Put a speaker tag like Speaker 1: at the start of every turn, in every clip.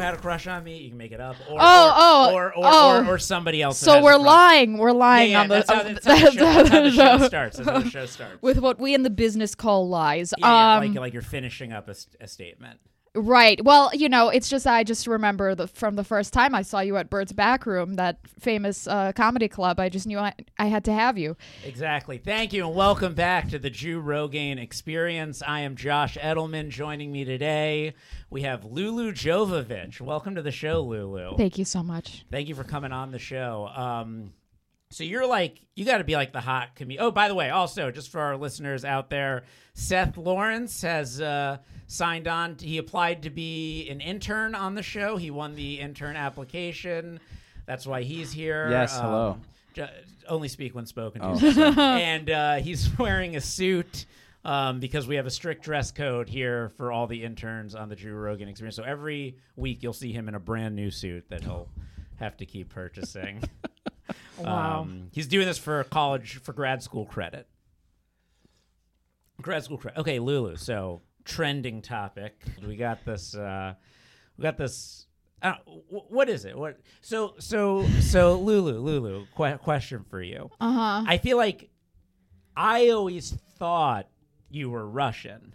Speaker 1: had a crush on me, you can make it up. Or,
Speaker 2: Oh, oh,
Speaker 1: or, or, or,
Speaker 2: oh.
Speaker 1: or, or somebody else. that
Speaker 2: So
Speaker 1: has a
Speaker 2: we're
Speaker 1: crush.
Speaker 2: lying. We're
Speaker 1: Yeah,
Speaker 2: lying
Speaker 1: yeah,
Speaker 2: on the.
Speaker 1: that's how,
Speaker 2: on-
Speaker 1: that's how the show, that's how the show
Speaker 2: show.
Speaker 1: starts. That's how the show starts.
Speaker 2: With what we in the business call lies.
Speaker 1: Yeah, yeah,
Speaker 2: um,
Speaker 1: like like you're finishing up a, st- a statement.
Speaker 2: Right. Well, you know, it's just I just remember the, from the first time I saw you at Bird's Back Room, that famous uh, comedy club. I just knew I, I had to have you.
Speaker 1: Exactly. Thank you, and welcome back to the Jew Rogaine Experience. I am Josh Edelman. Joining me today, we have Lulu Jovovich. Welcome to the show, Lulu.
Speaker 2: Thank you so much.
Speaker 1: Thank you for coming on the show. Um, so you're like you got to be like the hot comedian. Oh, by the way, also just for our listeners out there, Seth Lawrence has uh, signed on. He applied to be an intern on the show. He won the intern application. That's why he's here. Um,
Speaker 3: Yes, hello.
Speaker 1: ju- only speak when spoken to.
Speaker 3: Oh,
Speaker 1: and uh, he's wearing a suit. Um, because we have a strict dress code here for all the interns on the Drew Rogan experience. So every week you'll see him in a brand new suit that he'll have to keep purchasing.
Speaker 2: Wow.
Speaker 1: Um, he's doing this for college, for grad school credit. Grad school credit. Okay, Lulu. So trending topic. We got this. Uh, we got this. Uh, wh- what is it? What? So so so Lulu Lulu. Que- question for you.
Speaker 2: Uh huh.
Speaker 1: I feel like I always thought you were Russian.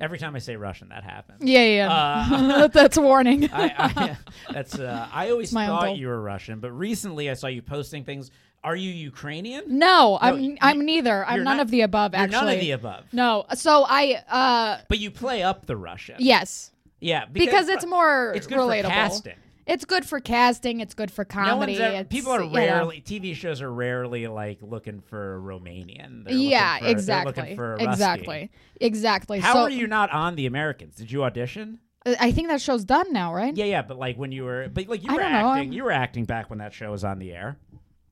Speaker 1: Every time I say Russian, that happens.
Speaker 2: Yeah, yeah.
Speaker 1: Uh,
Speaker 2: That's a warning.
Speaker 1: I, I, that's uh, I always
Speaker 2: my
Speaker 1: thought
Speaker 2: uncle.
Speaker 1: you were Russian, but recently I saw you posting things. Are you Ukrainian?
Speaker 2: no, I'm
Speaker 1: you-
Speaker 2: I'm neither. I'm
Speaker 1: you're
Speaker 2: none
Speaker 1: not-
Speaker 2: of the above.
Speaker 1: You're
Speaker 2: Actually,
Speaker 1: none of the above.
Speaker 2: no. So I uh
Speaker 1: But you play up the Russian.
Speaker 2: yes,
Speaker 1: yeah, uh,
Speaker 2: because it's more
Speaker 1: it's good
Speaker 2: relatable.
Speaker 1: for casting.
Speaker 2: It's good for casting. It's good for
Speaker 1: No
Speaker 2: comedy.
Speaker 1: one's ever,
Speaker 2: it's,
Speaker 1: people are
Speaker 2: you know.
Speaker 1: rarely TV shows are rarely like looking for a Romanian. They're
Speaker 2: yeah,
Speaker 1: looking for, they're
Speaker 2: exactly.
Speaker 1: looking for a Rusty.
Speaker 2: exactly. Exactly.
Speaker 1: How
Speaker 2: so uh,
Speaker 1: are you not on the Americans? Did you audition?
Speaker 2: I think that show's done now, right?
Speaker 1: Yeah, yeah, but like when you were, but like you
Speaker 2: I
Speaker 1: were
Speaker 2: don't know,
Speaker 1: acting,
Speaker 2: I'm-
Speaker 1: you were acting back when that show was on the air.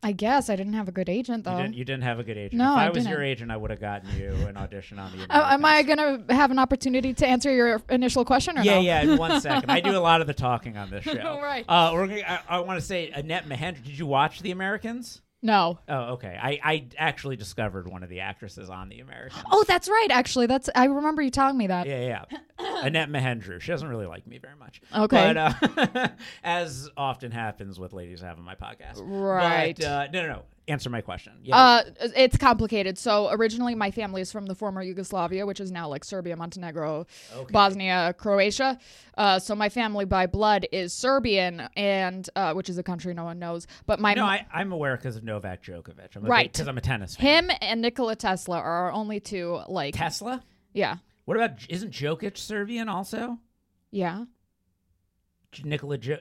Speaker 2: I guess I didn't have a good agent though.
Speaker 1: You didn't, you didn't have a good agent.
Speaker 2: Oh. No,
Speaker 1: if I,
Speaker 2: I
Speaker 1: was your
Speaker 2: didn't.
Speaker 1: agent, I would have gotten you an audition on the.
Speaker 2: Uh, am I
Speaker 1: Americans.
Speaker 2: gonna have an opportunity to answer your initial question or
Speaker 1: Yeah,
Speaker 2: no?
Speaker 1: yeah. In one second, I do a lot of the talking on this show.
Speaker 2: Right.
Speaker 1: Uh, we're gonna, I, I want to say Annette Mahendra. Did you watch The Americans?
Speaker 2: No.
Speaker 1: Oh, okay. I, I actually discovered one of the actresses on The Americans.
Speaker 2: Oh, that's right. Actually, that's I remember you telling me that.
Speaker 1: Yeah, yeah. Annette Mahendra. She doesn't really like me very much.
Speaker 2: Okay.
Speaker 1: But uh, as often happens with ladies I have on my podcast.
Speaker 2: Right.
Speaker 1: But, uh, no, no, no. Answer my question. Yeah.
Speaker 2: Uh, it's complicated. So originally, my family is from the former Yugoslavia, which is now like Serbia, Montenegro,
Speaker 1: Okay.
Speaker 2: Bosnia, Croatia. Uh, so my family by blood is Serbian, and uh, which is a country no one knows. But my
Speaker 1: no, I, I'm aware because of Novak Djokovic. I'm
Speaker 2: Right.
Speaker 1: Because I'm a tennis fan.
Speaker 2: him and Nikola Tesla are our only two like
Speaker 1: Tesla?
Speaker 2: yeah
Speaker 1: What about, isn't Djokic Serbian also?
Speaker 2: yeah
Speaker 1: J- Nikola jo-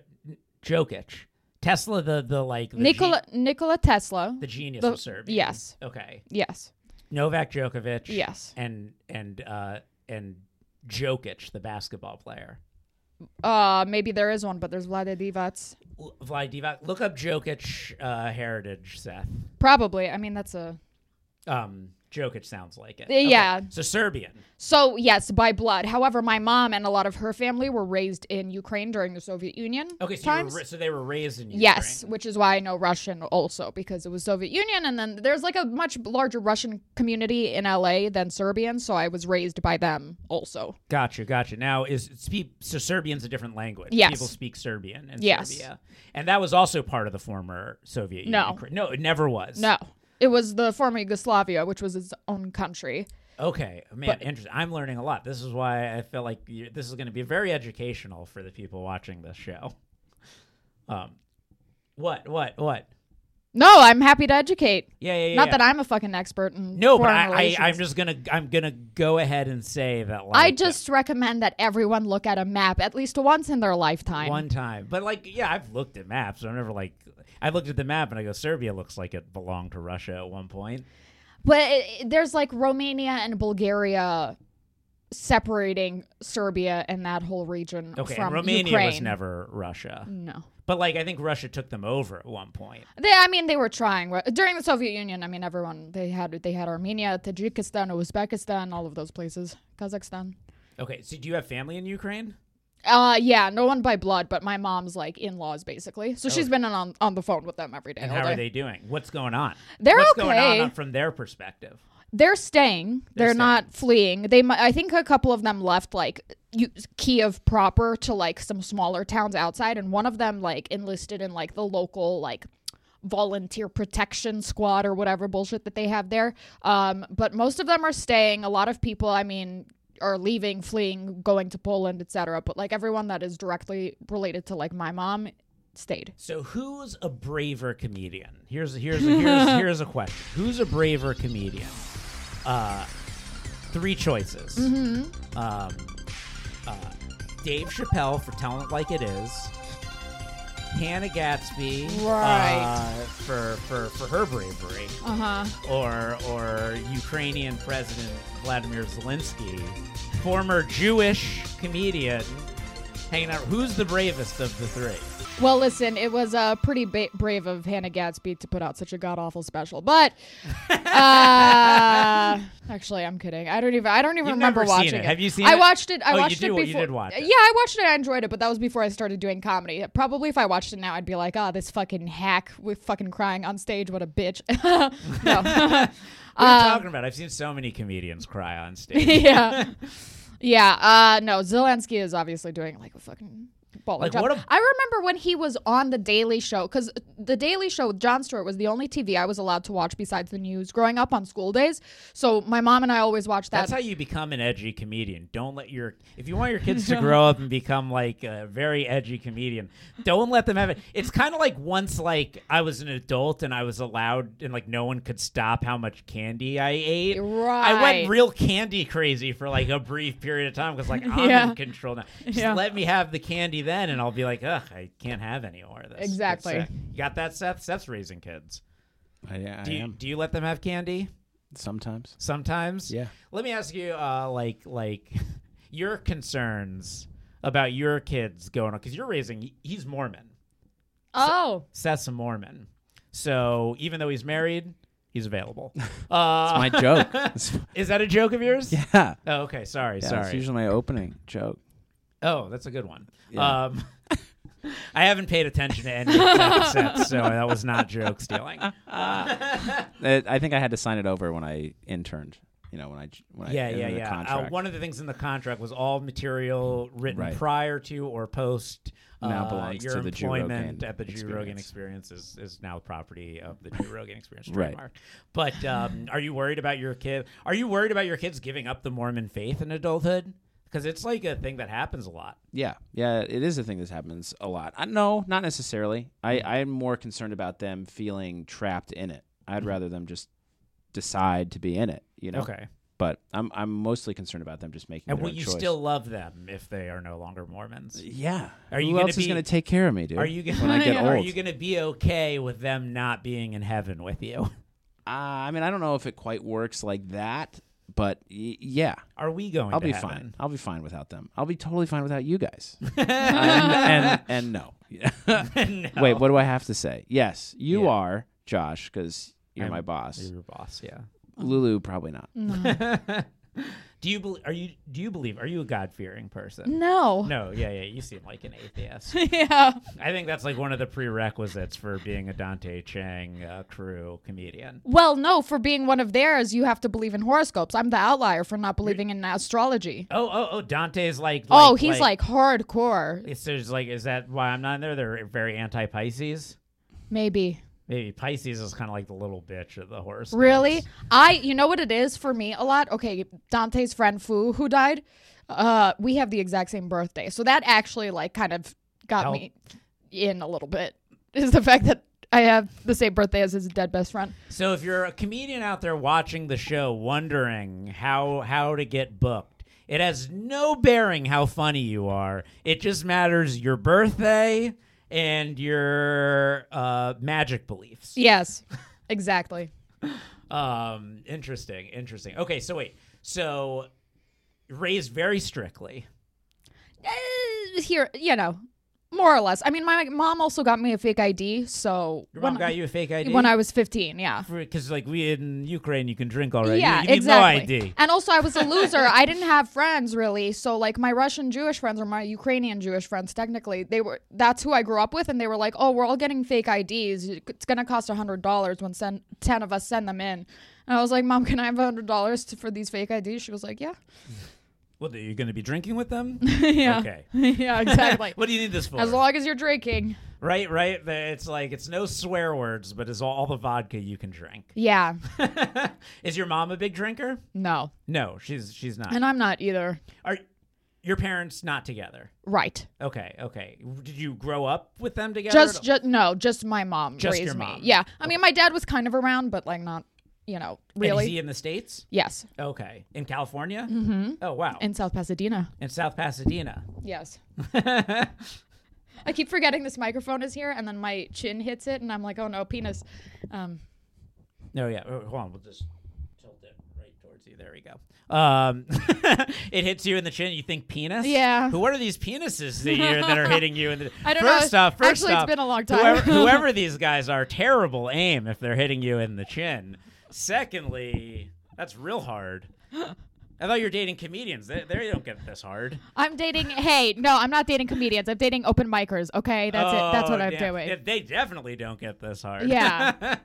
Speaker 1: Jokic. Tesla, the, the like, the, ge-
Speaker 2: Nikola Nikola Tesla
Speaker 1: the genius
Speaker 2: the-
Speaker 1: of Serbia.
Speaker 2: yes.
Speaker 1: Okay.
Speaker 2: yes
Speaker 1: Novak Djokovic.
Speaker 2: Yes.
Speaker 1: And, and, uh, and Jokic, the basketball player.
Speaker 2: uh maybe there is one but there's Vlade Divac
Speaker 1: L- Vlad Divac. Look up Jokic uh, heritage, Seth.
Speaker 2: probably I mean that's a
Speaker 1: Um, Jokic sounds like it.
Speaker 2: Uh, Yeah.
Speaker 1: So Serbian.
Speaker 2: So, yes, by blood. However, my mom and a lot of her family were raised in Ukraine during the Soviet Union.
Speaker 1: Okay, so, you were,
Speaker 2: times.
Speaker 1: ra- so they were raised in Ukraine.
Speaker 2: Yes, which is why I know Russian also because it was Soviet Union and then there's like a much larger Russian community in LA than Serbian, so I was raised by them also.
Speaker 1: Gotcha, gotcha. Now is speak, so Serbian's a different language.
Speaker 2: Yes.
Speaker 1: People speak Serbian in
Speaker 2: Yes.
Speaker 1: Serbia. And that was also part of the former Soviet
Speaker 2: No.
Speaker 1: Union. correct? No, it never was.
Speaker 2: No. It was the former Yugoslavia, which was its own country.
Speaker 1: Okay, man, interesting. I'm learning a lot. This is why I feel like you, this is going to be very educational for the people watching this show. Um, what, what, what?
Speaker 2: No, I'm happy to educate.
Speaker 1: Yeah, yeah, yeah.
Speaker 2: Not
Speaker 1: yeah.
Speaker 2: that I'm a fucking expert in
Speaker 1: No, but
Speaker 2: foreign
Speaker 1: I, I, I'm
Speaker 2: relations.
Speaker 1: just gonna I'm gonna go ahead and say that like
Speaker 2: I just recommend that everyone look at a map at least once in their lifetime.
Speaker 1: one time, but like yeah, I've looked at maps. I'm never like I looked at the map and I go Serbia looks like it belonged to Russia at one point.
Speaker 2: But it, it- there's like Romania and Bulgaria separating Serbia and that whole region
Speaker 1: Okay,
Speaker 2: from
Speaker 1: and Romania
Speaker 2: Ukraine.
Speaker 1: was never Russia,
Speaker 2: No,
Speaker 1: but like I think Russia took them over at one point.
Speaker 2: they. I mean, they were trying Ru- during the Soviet Union. I mean, everyone they had they had Armenia, Tajikistan, Uzbekistan, all of those places, Kazakhstan.
Speaker 1: Okay, so do you have family in Ukraine?
Speaker 2: Uh, yeah, no one by blood, but my mom's like in laws basically. So she's been on on the phone with them every day.
Speaker 1: Oh. And
Speaker 2: all
Speaker 1: how
Speaker 2: day.
Speaker 1: are they doing? What's going on?
Speaker 2: They're
Speaker 1: What's
Speaker 2: okay.
Speaker 1: going on from their perspective?
Speaker 2: They're staying. They're,
Speaker 1: They're staying.
Speaker 2: not fleeing. They, mi- I think, a couple of them left like you, Kiev proper to like some smaller towns outside, and one of them like enlisted in like the local like volunteer protection squad or whatever bullshit that they have there. Um, but most of them are staying. A lot of people, I mean, are leaving, fleeing, going to Poland, etc. But like everyone that is directly related to like my mom stayed.
Speaker 1: So who's a braver comedian? Here's here's here's here's a question. Who's a braver comedian? Uh, three choices. Um, uh, Dave Chappelle for Talent Like It Is. Hannah Gatsby,
Speaker 2: Right.
Speaker 1: uh, for for for her bravery,
Speaker 2: Uh huh.
Speaker 1: or or Ukrainian President Vladimir Zelensky, former Jewish comedian, hanging out. Who's the bravest of the three?
Speaker 2: Well, listen, it was uh, pretty ba- brave of Hannah Gadsby to put out such a god awful special, but uh, actually, I'm kidding. I don't even I don't even
Speaker 1: You've
Speaker 2: remember
Speaker 1: never seen
Speaker 2: watching
Speaker 1: it. Have you seen
Speaker 2: I
Speaker 1: it?
Speaker 2: watched it. I
Speaker 1: Oh, you
Speaker 2: watched
Speaker 1: do-
Speaker 2: it
Speaker 1: you
Speaker 2: before.
Speaker 1: did watch it.
Speaker 2: Yeah, I watched it. I enjoyed it, but that was before I started doing comedy. Probably if I watched it now, I'd be like, "Ah, this fucking hack with fucking crying on stage. What a bitch." no.
Speaker 1: What are you
Speaker 2: Um,
Speaker 1: talking about? I've seen so many comedians cry on stage.
Speaker 2: yeah. Yeah. Uh, no, Zelensky is obviously doing like a fucking baller
Speaker 1: Like,
Speaker 2: job.
Speaker 1: what a-
Speaker 2: I remember when he was on The Daily Show, because The Daily Show with Jon Stewart was the only TV I was allowed to watch besides the news growing up on school days. So my mom and I always watched that.
Speaker 1: That's how you become an edgy comedian. Don't let your if you want your kids to grow up and become like a very edgy comedian, don't let them have it. It's kind of like once like I was an adult and I was allowed and like no one could stop how much candy I ate. I
Speaker 2: Right.
Speaker 1: went real candy crazy for like a brief period of time because like I'm
Speaker 2: Yeah.
Speaker 1: in control now. Just
Speaker 2: Yeah.
Speaker 1: let me have the candy then, and I'll be like, ugh, I can't have any more of this. That's
Speaker 2: Exactly.
Speaker 1: sick. You got that, Seth? Seth's raising kids.
Speaker 3: I, I
Speaker 1: Do you,
Speaker 3: am
Speaker 1: do you let them have candy?
Speaker 3: sometimes.
Speaker 1: sometimes.
Speaker 3: Yeah.
Speaker 1: Let me ask you, uh, like, like your concerns about your kids going on because you're raising. He's Mormon.
Speaker 2: oh.
Speaker 1: Seth's a Mormon, so even though he's married, he's available. Uh,
Speaker 3: My joke. It's-
Speaker 1: is that a joke of yours?
Speaker 3: yeah.
Speaker 1: Oh, okay. Sorry,
Speaker 3: Yeah,
Speaker 1: sorry.
Speaker 3: It's usually my opening joke.
Speaker 1: Oh, that's a good one.
Speaker 3: Yeah.
Speaker 1: Um, I haven't paid attention to any of that since, so that was not joke stealing.
Speaker 3: Uh, I think I had to sign it over when I interned. You know, when I j- when I
Speaker 1: Yeah, yeah,
Speaker 3: entered the
Speaker 1: yeah. Uh,
Speaker 3: contract.
Speaker 1: one of the things in the contract was all material written
Speaker 3: Right.
Speaker 1: prior to or post
Speaker 3: Now
Speaker 1: uh,
Speaker 3: belongs
Speaker 1: your
Speaker 3: to the Joe
Speaker 1: employment
Speaker 3: Rogan
Speaker 1: at the Jew Rogan Experience is, is now property of the Jew Rogan Experience trademark. But um, are you worried about your kid? Are you worried about your kids giving up the Mormon faith in adulthood? Because it's like a thing that happens a lot.
Speaker 3: Yeah, yeah, it is a thing that happens a lot. I, no, not necessarily. I
Speaker 1: Mm-hmm.
Speaker 3: I'm more concerned about them feeling trapped in it. I'd rather them just decide to be in it. You know.
Speaker 1: Mm-hmm. Okay, but
Speaker 3: But I'm I'm mostly concerned about them just making.
Speaker 1: and
Speaker 3: their
Speaker 1: will
Speaker 3: own
Speaker 1: you
Speaker 3: choice.
Speaker 1: still love them if they are no longer Mormons?
Speaker 3: Yeah.
Speaker 1: Are
Speaker 3: Who
Speaker 1: you gonna
Speaker 3: else is
Speaker 1: be-
Speaker 3: going to take care of me, dude?
Speaker 1: Are you
Speaker 3: when I
Speaker 1: gonna
Speaker 3: get
Speaker 1: Are
Speaker 3: old?
Speaker 1: you gonna be okay with them not being in heaven with you?
Speaker 3: Uh, I mean, I don't know if it quite works like that, but y- yeah,
Speaker 1: Are we going?
Speaker 3: I'll
Speaker 1: to
Speaker 3: be
Speaker 1: heaven?
Speaker 3: fine. I'll be fine without them. I'll be totally fine without you guys. and, and and no.
Speaker 1: No.
Speaker 3: Wait, what do I have to say? Yes, you
Speaker 1: Yeah.
Speaker 3: are Josh because you're
Speaker 1: I'm-
Speaker 3: my boss.
Speaker 1: You're your boss, yeah.
Speaker 3: Lulu probably not.
Speaker 1: Do you believe? Are you? Do you believe? Are you a God fearing person?
Speaker 2: No.
Speaker 1: No, yeah, yeah. You seem like an atheist.
Speaker 2: yeah.
Speaker 1: I think that's like one of the prerequisites for being a Dante Chang uh, crew comedian.
Speaker 2: Well, no, for being one of theirs, you have to believe in horoscopes. I'm the outlier for not believing in astrology.
Speaker 1: Oh, oh, oh. Dante's like.
Speaker 2: oh, he's like, hardcore.
Speaker 1: it's there's like. Is that why I'm not in there? They're very anti Pisces.
Speaker 2: Maybe.
Speaker 1: Maybe Pisces is kind of like the little bitch of the horse.
Speaker 2: Really? I you know what it is for me a lot? Okay, Dante's friend Fu who died, uh we have the exact same birthday. So that actually like kind of got
Speaker 1: Help.
Speaker 2: me in a little bit is the fact that I have the same birthday as his dead best friend.
Speaker 1: So if you're a comedian out there watching the show wondering how how to get booked, it has no bearing how funny you are. It just matters your birthday and your uh, magic beliefs.
Speaker 2: Yes. Exactly.
Speaker 1: Um interesting, interesting. Okay, so wait. So raised very strictly.
Speaker 2: Eh, Here, you know, more or less. I mean, my mom also got me a fake ID, so
Speaker 1: Your mom
Speaker 2: when
Speaker 1: got you a fake ID?
Speaker 2: when I was 15, yeah.
Speaker 1: because like we in Ukraine you can drink already. You-
Speaker 2: Yeah,
Speaker 1: you, need
Speaker 2: exactly.
Speaker 1: no ID.
Speaker 2: And also, I was a loser. I didn't have friends really. So, like, my Russian Jewish friends or my Ukrainian Jewish friends, technically, they were that's who I grew up with. And they were like, "Oh, we're all getting fake IDs. It's gonna cost a hundred dollars when send, ten of us send them in." And And I was like, Mom, can I have hundred dollars for these fake IDs? She was like, Yeah,
Speaker 1: What are you going to be drinking with them?
Speaker 2: yeah,
Speaker 1: Okay.
Speaker 2: yeah, exactly.
Speaker 1: What do you need this for?
Speaker 2: As long as you're drinking.
Speaker 1: right, right. The- It's like it's no swear words, but it's all, all the vodka you can drink.
Speaker 2: Yeah,
Speaker 1: Is your mom a big drinker?
Speaker 2: no,
Speaker 1: No, she's she's not.
Speaker 2: and I'm not either.
Speaker 1: Are your parents not together?
Speaker 2: Right.
Speaker 1: Okay, okay. Did you grow up with them together?
Speaker 2: Just,
Speaker 1: at all?
Speaker 2: just no, just my mom
Speaker 1: Just
Speaker 2: raised
Speaker 1: your
Speaker 2: me.
Speaker 1: mom.
Speaker 2: Yeah, I mean, my dad was kind of around, but like not, you know,
Speaker 1: And
Speaker 2: really.
Speaker 1: Is he in the states?
Speaker 2: yes,
Speaker 1: Okay, in California. Mm-hmm. Oh wow, in,
Speaker 2: in South Pasadena.
Speaker 1: South Pasadena.
Speaker 2: Yes. I keep forgetting this microphone is here, and then my chin hits it, and I'm like, oh no, penis. Um,
Speaker 1: No, yeah. oh, Hold on, we'll just tilt it right towards you. There we go. Um, it hits you in the chin. You think penis?
Speaker 2: Yeah.
Speaker 1: Who what are these penises that, you that are hitting you? In the,
Speaker 2: I don't know.
Speaker 1: first Off, first
Speaker 2: Actually, it's
Speaker 1: off,
Speaker 2: been a long time.
Speaker 1: Whoever, whoever these guys are, terrible aim if they're hitting you in the chin. Secondly, that's real hard. I thought you were dating comedians. They, they don't get this hard.
Speaker 2: I'm dating. Hey, no, I'm not dating comedians. I'm dating open micers. Okay, that's it. That's
Speaker 1: Oh,
Speaker 2: what I'm
Speaker 1: damn.
Speaker 2: doing.
Speaker 1: Yeah, They definitely don't get this hard.
Speaker 2: Yeah.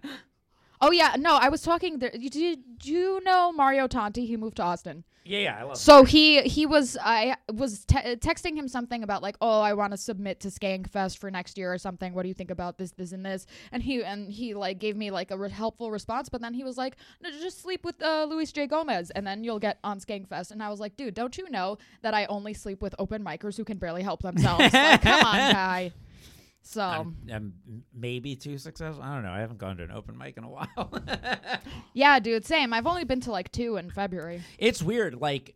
Speaker 2: oh yeah, no, I was talking. There, you- did you know Mario Tanti? He moved to Austin.
Speaker 1: yeah, yeah. I love.
Speaker 2: So he he was I was te- texting him something about like oh I want to submit to Skankfest for next year or something. What do you think about this this and this? And he and he like gave me like a re- helpful response, but then he was like no, just sleep with uh, Luis J Gomez and then you'll get on Skankfest. And I was like dude, don't you know that I only sleep with open micers who can barely help themselves? like come on, guy. So
Speaker 1: I'm, I'm maybe too successful. I don't know. I haven't gone to an open mic in a while.
Speaker 2: yeah, dude, same. I've only been to like two in February.
Speaker 1: it's weird. Like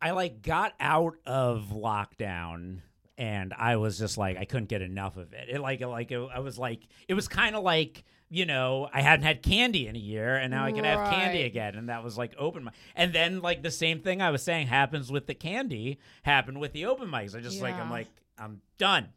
Speaker 1: I like got out of lockdown and I was just like I couldn't get enough of it. It like it, like it, I was like it was kind of like you know I hadn't had candy in a year and now I can have candy
Speaker 2: Right.
Speaker 1: again and that was like open mic. And then like the same thing I was saying happens with the candy happened with the open mics. I just like I'm
Speaker 2: Yeah.
Speaker 1: like I'm done.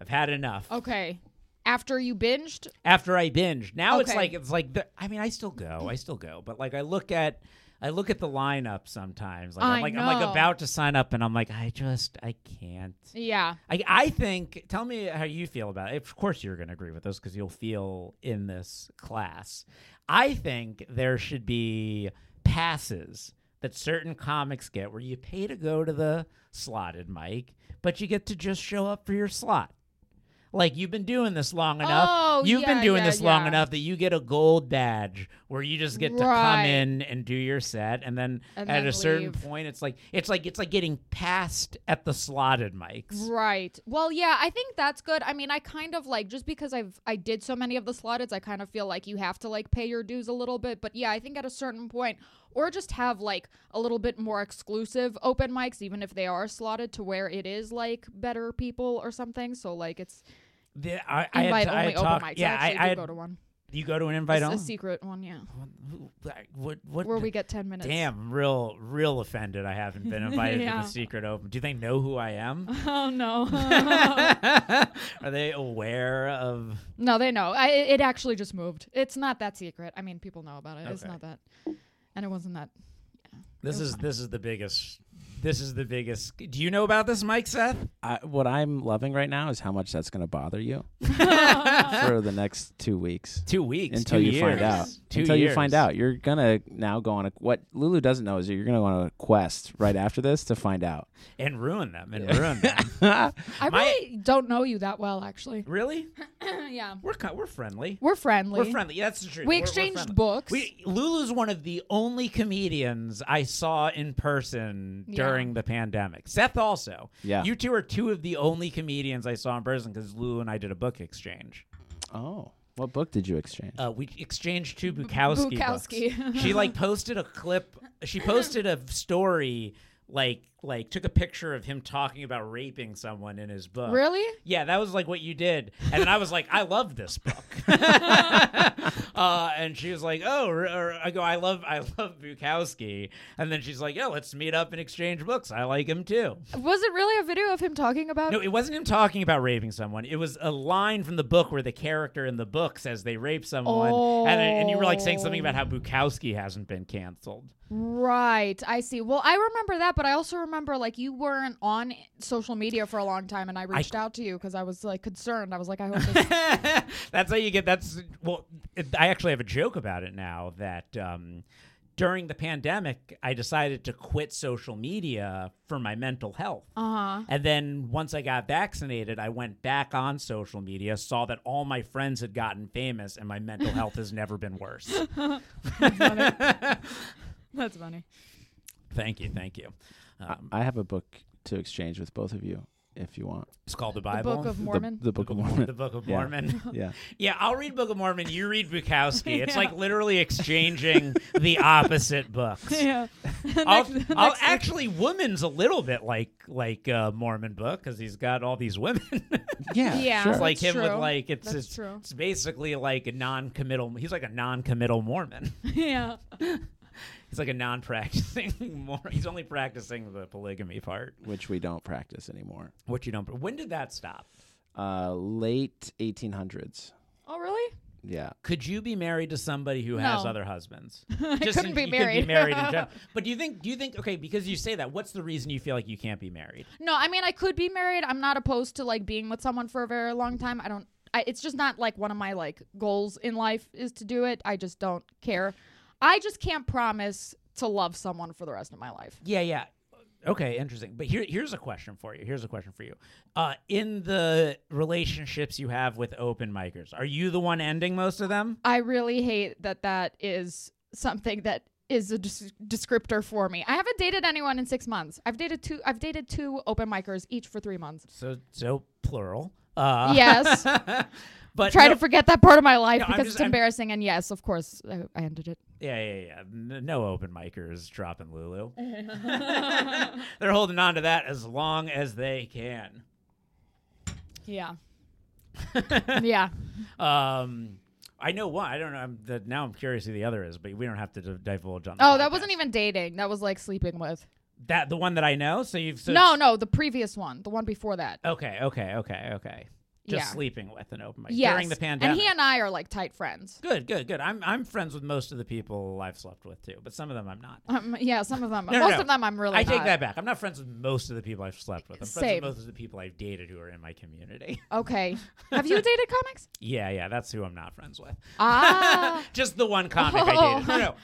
Speaker 1: I've had enough.
Speaker 2: Okay. After you binged,
Speaker 1: after I binge. Now it's
Speaker 2: Okay.
Speaker 1: like it's like the, I mean I still go, I still go, but like I look at I look at the lineup sometimes. Like
Speaker 2: I
Speaker 1: am like I'm like
Speaker 2: know.
Speaker 1: about to sign up and I'm like I just I can't.
Speaker 2: yeah.
Speaker 1: I I think tell me how you feel about it. Of course you're going to agree with this cuz you'll feel in this class. I think there should be passes that certain comics get where you pay to go to the slotted mic, but you get to just show up for your slot. Like you've been doing this long enough.
Speaker 2: Oh,
Speaker 1: you've
Speaker 2: yeah,
Speaker 1: been doing
Speaker 2: yeah,
Speaker 1: this long
Speaker 2: yeah.
Speaker 1: enough that you get a gold badge where you just get to come
Speaker 2: Right.
Speaker 1: in and do your set and then
Speaker 2: And
Speaker 1: at
Speaker 2: then
Speaker 1: a certain
Speaker 2: leave.
Speaker 1: point it's like it's like it's like getting passed at the slotted mics.
Speaker 2: Right. Well, yeah, I think that's good. I mean, I kind of like just because I've I did so many of the slotteds, I kind of feel like you have to like pay your dues a little bit. But yeah, I think at a certain point, or just have like a little bit more exclusive open mics, even if they are slotted to where it is like better people or something. So like it's
Speaker 1: The- I, I had
Speaker 2: invite
Speaker 1: t- I
Speaker 2: only
Speaker 1: had
Speaker 2: open
Speaker 1: talked-
Speaker 2: mics.
Speaker 1: Yeah,
Speaker 2: I actually
Speaker 1: I, I
Speaker 2: do
Speaker 1: had-
Speaker 2: go to one.
Speaker 1: you go to an invite
Speaker 2: it's a
Speaker 1: only.
Speaker 2: secret one, yeah,
Speaker 1: Who- I- What what
Speaker 2: where we get ten minutes.
Speaker 1: Damn, I'm real real offended I haven't been invited
Speaker 2: Yeah.
Speaker 1: to the secret open. Do they know who I am?
Speaker 2: Oh no.
Speaker 1: Are they aware of
Speaker 2: No, they know. I, it actually just moved. It's not that secret. I mean, people know about it. It's
Speaker 1: Okay.
Speaker 2: not that, and it wasn't that.
Speaker 1: This is this is the biggest this is the biggest. Do you know about this, Mike Seth?
Speaker 3: I, what I'm loving right now is how much that's going to bother you for the next two weeks
Speaker 1: Two weeks.
Speaker 3: until
Speaker 1: two
Speaker 3: you find
Speaker 1: years.
Speaker 3: out.
Speaker 1: Two
Speaker 3: until
Speaker 1: years.
Speaker 3: you find out, you're gonna now go on a what Lulu doesn't know is that you're gonna go on a quest right after this to find out.
Speaker 1: And ruin them. And ruin them.
Speaker 2: I
Speaker 1: My-
Speaker 2: really don't know you that well, actually.
Speaker 1: really?
Speaker 2: yeah,
Speaker 1: We're kind, we're friendly.
Speaker 2: we're friendly.
Speaker 1: We're friendly. Yeah, that's the truth.
Speaker 2: We
Speaker 1: We're- we're
Speaker 2: exchanged
Speaker 1: friendly.
Speaker 2: books.
Speaker 1: We, Lulu's one of the only comedians I saw in person
Speaker 2: Yeah.
Speaker 1: during the pandemic. Seth also.
Speaker 3: Yeah.
Speaker 1: You two are two of the only comedians I saw in person because Lulu and I did a book exchange.
Speaker 3: Oh, what book did you exchange?
Speaker 1: uh, we exchanged two Bukowski.
Speaker 2: Bukowski.
Speaker 1: Books. she like posted a clip. She posted a story. Like, like, took a picture of him talking about raping someone in his book.
Speaker 2: Really?
Speaker 1: Yeah, that was like what you did, and then I was like, I love this book. uh, and she was like, Oh, r- or- I go, I love, I love Bukowski, and then she's like, Yeah, let's meet up and exchange books. I like him too.
Speaker 2: Was it really a video of him talking about?
Speaker 1: No, it wasn't him talking about raping someone. It was a line from the book where the character in the book says they rape someone, and, and you were like saying something about how Bukowski hasn't been canceled.
Speaker 2: Right. I see. Well, I remember that, but I also remember like you weren't on social media for a long time, and I reached out to you because I was like concerned. I was like, I hope. This-
Speaker 1: that's how you get. That's well. It, I actually have a joke about it now that um, during the pandemic, I decided to quit social media for my mental health.
Speaker 2: Uh huh.
Speaker 1: And then once I got vaccinated, I went back on social media, saw that all my friends had gotten famous, and my mental health has never been worse.
Speaker 2: That's funny.
Speaker 1: Thank you, thank you. Um,
Speaker 3: I have a book to exchange with both of you if you want.
Speaker 1: it's called the
Speaker 2: The
Speaker 1: Bible.
Speaker 2: Book of
Speaker 3: The-
Speaker 2: Mormon.
Speaker 3: The, Book of Mormon.
Speaker 1: The Book of
Speaker 3: Yeah.
Speaker 1: Mormon.
Speaker 3: yeah.
Speaker 1: Yeah, I'll read Book of Mormon. You read Bukowski. It's
Speaker 2: Yeah.
Speaker 1: like literally exchanging the opposite books.
Speaker 2: yeah.
Speaker 1: I'll,
Speaker 2: Next-
Speaker 1: I'll
Speaker 2: next-
Speaker 1: actually, woman's a little bit like like uh, Mormon book because he's got all these women.
Speaker 3: Yeah.
Speaker 2: Yeah.
Speaker 3: sure.
Speaker 1: it's like
Speaker 2: That's
Speaker 1: him with
Speaker 2: true.
Speaker 1: like it's
Speaker 2: That's
Speaker 1: it's,
Speaker 2: true.
Speaker 1: it's basically like a non-committal. He's like a non-committal Mormon.
Speaker 2: yeah.
Speaker 1: He's like a non-practicing. Mormon. He's only practicing the polygamy part,
Speaker 3: Which we don't practice anymore.
Speaker 1: which you don't. When did that stop?
Speaker 3: Uh, late 1800s.
Speaker 2: Oh, really?
Speaker 3: Yeah.
Speaker 1: Could you be married to somebody who has
Speaker 2: No.
Speaker 1: other husbands?
Speaker 2: couldn't
Speaker 1: in-
Speaker 2: be
Speaker 1: you
Speaker 2: married.
Speaker 1: married in general. But do you think? Do you think? Okay, because you say that. What's the reason you feel like you can't be married?
Speaker 2: No, I mean I could be married. I'm not opposed to like being with someone for a very long time. I don't. I, it's just not like one of my like goals in life is to do it. I just don't care. I just can't promise to love someone for the rest of my life.
Speaker 1: Yeah, yeah. Okay, interesting. But here, here's a question for you. Here's a question for you. Uh, in the relationships you have with open micers, are you the one ending most of them?
Speaker 2: I really hate that that is something that is a des- descriptor for me. I haven't dated anyone in six months. I've dated two. I've dated two open micers, each for three months.
Speaker 1: So, so plural. Uh,
Speaker 2: Yes.
Speaker 1: but
Speaker 2: Try
Speaker 1: no-
Speaker 2: to forget that part of my life
Speaker 1: No, I'm
Speaker 2: because
Speaker 1: just-
Speaker 2: it's
Speaker 1: I'm-
Speaker 2: embarrassing. and yes, of course, I, I ended it.
Speaker 1: Yeah, yeah, yeah. N- No open micers dropping Lulu. They're holding on to that as long as they can.
Speaker 2: Yeah. yeah.
Speaker 1: Um, I know one. I don't know. I'm, the, now I'm curious who the other is, but we don't have to d- divulge on. the
Speaker 2: Oh, that
Speaker 1: podcast.
Speaker 2: wasn't even dating. That was like sleeping with.
Speaker 1: that the one that I know. So you've so Uh,
Speaker 2: no, no, the previous one, the one before that.
Speaker 1: Okay, okay, okay, okay. Just
Speaker 2: Yeah.
Speaker 1: sleeping with an open mic
Speaker 2: Yes.
Speaker 1: during the pandemic.
Speaker 2: And he and I are like tight friends.
Speaker 1: good, good, good. I'm I'm friends with most of the people I've slept with too, but some of them I'm not.
Speaker 2: Um, yeah, some of them.
Speaker 1: No, no,
Speaker 2: most
Speaker 1: no.
Speaker 2: of them I'm really
Speaker 1: I take
Speaker 2: not.
Speaker 1: that back. I'm not friends with most of the people I've slept with. I'm friends
Speaker 2: Same.
Speaker 1: with most of the people I've dated who are in my community.
Speaker 2: Okay. Have you dated comics?
Speaker 1: yeah, yeah, that's who I'm not friends with.
Speaker 2: Ah,
Speaker 1: Just the one comic
Speaker 2: Oh.
Speaker 1: I dated. No, no.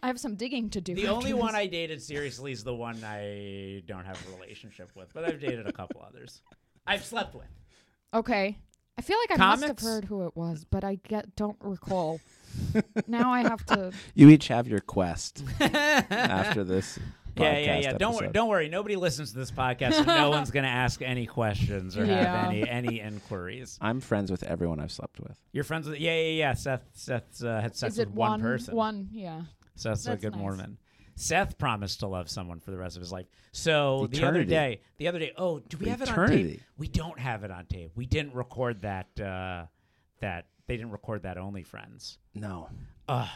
Speaker 2: I have some digging to do.
Speaker 1: The
Speaker 2: after
Speaker 1: only
Speaker 2: this.
Speaker 1: one I dated seriously is the one I don't have a relationship with, but I've dated a couple others. I've slept with.
Speaker 2: Okay. I feel like I must
Speaker 1: Comics?
Speaker 2: have heard who it was, but I get don't recall. now I have to.
Speaker 3: You each have your quest after this.
Speaker 1: Yeah, yeah, yeah.
Speaker 3: podcast
Speaker 1: Don't worry,
Speaker 3: episode.
Speaker 1: don't worry. Nobody listens to this podcast, so no one's going to ask any questions or
Speaker 2: Yeah.
Speaker 1: have any any inquiries.
Speaker 3: I'm friends with everyone I've slept with.
Speaker 1: You're friends with yeah, yeah, yeah. Seth Seth's uh, had sex
Speaker 2: Is it
Speaker 1: with one,
Speaker 2: one
Speaker 1: person.
Speaker 2: One, yeah.
Speaker 1: Seth's a
Speaker 2: That's
Speaker 1: good
Speaker 2: nice.
Speaker 1: Mormon. Seth promised to love someone for the rest of his life. So the other
Speaker 3: Eternity.
Speaker 1: day, the other day, oh, do we have it on tape?
Speaker 3: Eternity.
Speaker 1: We don't have it on tape. We didn't record that. Uh, that they didn't record that. Only friends.
Speaker 3: No.
Speaker 1: Uh,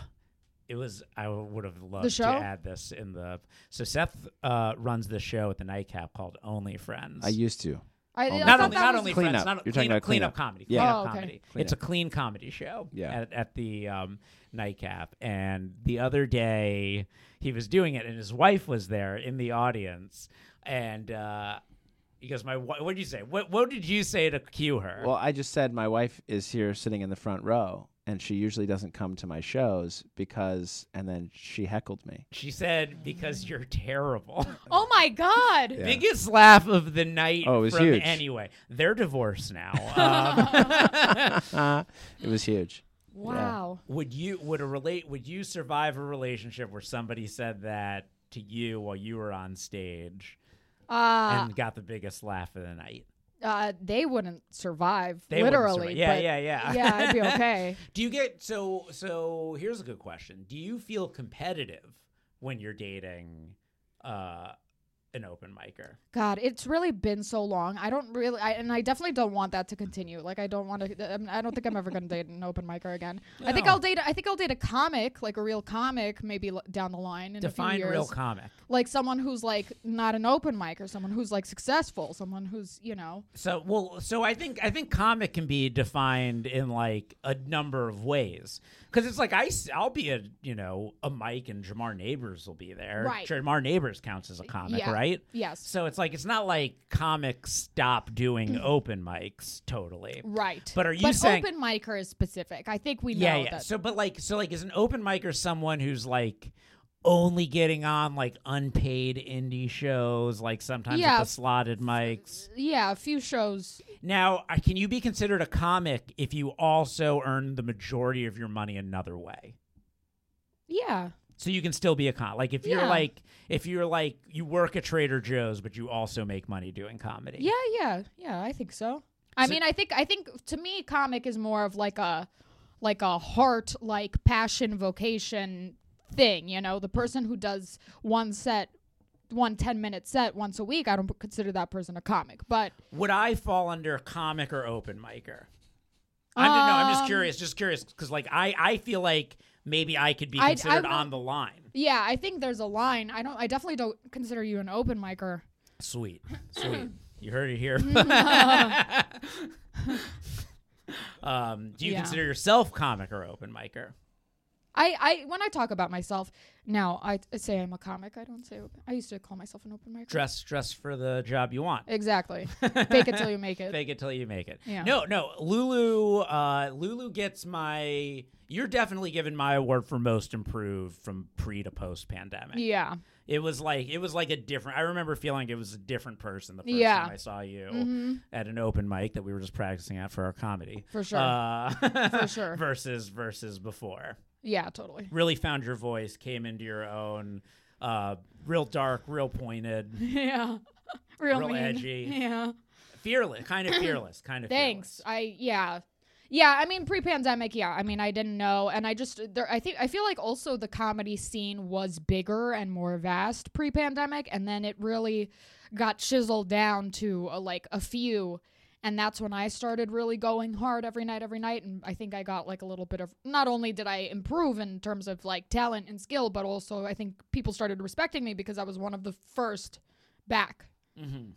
Speaker 1: it was. I would have loved to
Speaker 2: show?
Speaker 1: add this in the. So Seth uh, runs the show at the nightcap called Only Friends.
Speaker 3: I used to.
Speaker 2: I, I
Speaker 3: Not
Speaker 1: not
Speaker 2: thought
Speaker 1: only
Speaker 2: that
Speaker 1: not
Speaker 2: was-
Speaker 1: only
Speaker 3: Clean
Speaker 1: friends,
Speaker 3: up.
Speaker 1: not clean,
Speaker 3: You're talking
Speaker 1: up,
Speaker 3: about
Speaker 1: clean
Speaker 3: clean
Speaker 1: up
Speaker 3: up.
Speaker 1: comedy.
Speaker 3: Yeah.
Speaker 1: Clean
Speaker 2: Oh,
Speaker 1: up
Speaker 2: okay.
Speaker 1: comedy.
Speaker 3: Clean
Speaker 1: it's
Speaker 3: up.
Speaker 1: a clean comedy show
Speaker 3: Yeah.
Speaker 1: at, at the um, nightcap. And the other day he was doing it, and his wife was there in the audience, and. Uh, he goes, my. What did you say? What What did you say to cue her?
Speaker 3: Well, I just said my wife is here sitting in the front row, and she usually doesn't come to my shows because, and then she heckled me.
Speaker 1: she said, "Because you're terrible."
Speaker 2: Oh my god.
Speaker 3: Yeah.
Speaker 1: Biggest laugh of the night.
Speaker 3: Oh, it was
Speaker 1: from
Speaker 3: huge.
Speaker 1: Anyway, they're divorced now. Um,
Speaker 3: Uh, it was huge.
Speaker 2: Wow.
Speaker 1: would you would a relate would you survive a relationship where somebody said that to you while you were on stage
Speaker 2: Uh,
Speaker 1: and got the biggest laugh of the night?
Speaker 2: uh, they wouldn't survive.
Speaker 1: They wouldn't
Speaker 2: literally.
Speaker 1: survive. Yeah,
Speaker 2: but-
Speaker 1: yeah, yeah.
Speaker 2: yeah, I'd be okay.
Speaker 1: Do you get so so? Here's a good question: Do you feel competitive when you're dating uh, an open micer?
Speaker 2: God, it's really been so long. I don't really, I, and I definitely don't want that to continue. Like, I don't want to. I'm- I don't think I'm ever going to date an open micer again. I think
Speaker 1: No.
Speaker 2: I'll date. I think I'll date a comic, like a real comic, maybe l- down the line in a
Speaker 1: Define
Speaker 2: few years.
Speaker 1: real comic.
Speaker 2: like someone who's like not an open mic or someone who's like successful, someone who's you know.
Speaker 1: So well, so I think I think comic can be defined in like a number of ways because it's like I will be a you know a Mike and Jamar Neighbors will be there.
Speaker 2: Right.
Speaker 1: Jamar Neighbors counts as a comic,
Speaker 2: Yeah.
Speaker 1: right? right?
Speaker 2: Yes.
Speaker 1: So it's like it's not like comics stop doing open mics totally.
Speaker 2: Right.
Speaker 1: But are you
Speaker 2: but
Speaker 1: saying-
Speaker 2: open micer is specific? I think we know
Speaker 1: yeah, yeah.
Speaker 2: that.
Speaker 1: So, but like, so like, is an open micer someone who's like only getting on like unpaid indie shows, like sometimes
Speaker 2: Yeah.
Speaker 1: at the slotted mics?
Speaker 2: yeah, a few shows.
Speaker 1: Now, uh, can you be considered a comic if you also earn the majority of your money another way?
Speaker 2: Yeah.
Speaker 1: So you can still be a con. Like if you're
Speaker 2: Yeah.
Speaker 1: like if you're like you work at Trader Joe's, but you also make money doing comedy.
Speaker 2: Yeah, yeah, yeah. I think so. I
Speaker 1: So-
Speaker 2: mean, I think I think to me, comic is more of like a like a heart, like passion, vocation thing. You know, the person who does one set, one 10 minute set once a week. I don't consider that person a comic, but
Speaker 1: Would I fall under comic or open micer? I don't know. I'm just
Speaker 2: Um,
Speaker 1: curious. Just curious because like I I feel like maybe I could be
Speaker 2: I- I
Speaker 1: considered
Speaker 2: will-
Speaker 1: on the line.
Speaker 2: yeah, I think there's a line. I don't. I definitely don't consider you an open micer.
Speaker 1: Sweet, sweet. you heard it here. um, do you
Speaker 2: Yeah.
Speaker 1: consider yourself comic or open micer?
Speaker 2: I, I when I talk about myself now, I t- say I'm a comic. I don't say open. I used to call myself an open micer.
Speaker 1: dress dress for the job you want.
Speaker 2: Exactly. Fake it till you make it.
Speaker 1: Fake it till you make it.
Speaker 2: Yeah.
Speaker 1: No, no. Lulu, uh, Lulu gets my. You're definitely given my award for most improved from pre to post pandemic.
Speaker 2: Yeah.
Speaker 1: It was like it was like a different. I remember feeling it was a different person the first
Speaker 2: Yeah. Mm-hmm.
Speaker 1: time I saw you at an open mic that we were just practicing at for our comedy.
Speaker 2: For sure.
Speaker 1: Uh, for
Speaker 2: sure.
Speaker 1: Versus versus before.
Speaker 2: Yeah. Totally.
Speaker 1: Really found your voice, came into your own. Uh, real dark, real pointed.
Speaker 2: Yeah. Real,
Speaker 1: Real
Speaker 2: mean.
Speaker 1: edgy.
Speaker 2: Yeah.
Speaker 1: fearless, kind of fearless, kind of.
Speaker 2: Thanks.
Speaker 1: fearless.
Speaker 2: I yeah. Yeah, I mean pre-pandemic, yeah. I mean I didn't know and I just there I think I feel like also the comedy scene was bigger and more vast pre-pandemic and then it really got chiseled down to uh like a few and that's when I started really going hard every night every night and I think I got like a little bit of not only did I improve in terms of like talent and skill but also I think people started respecting me because I was one of the first back.
Speaker 1: Mhm.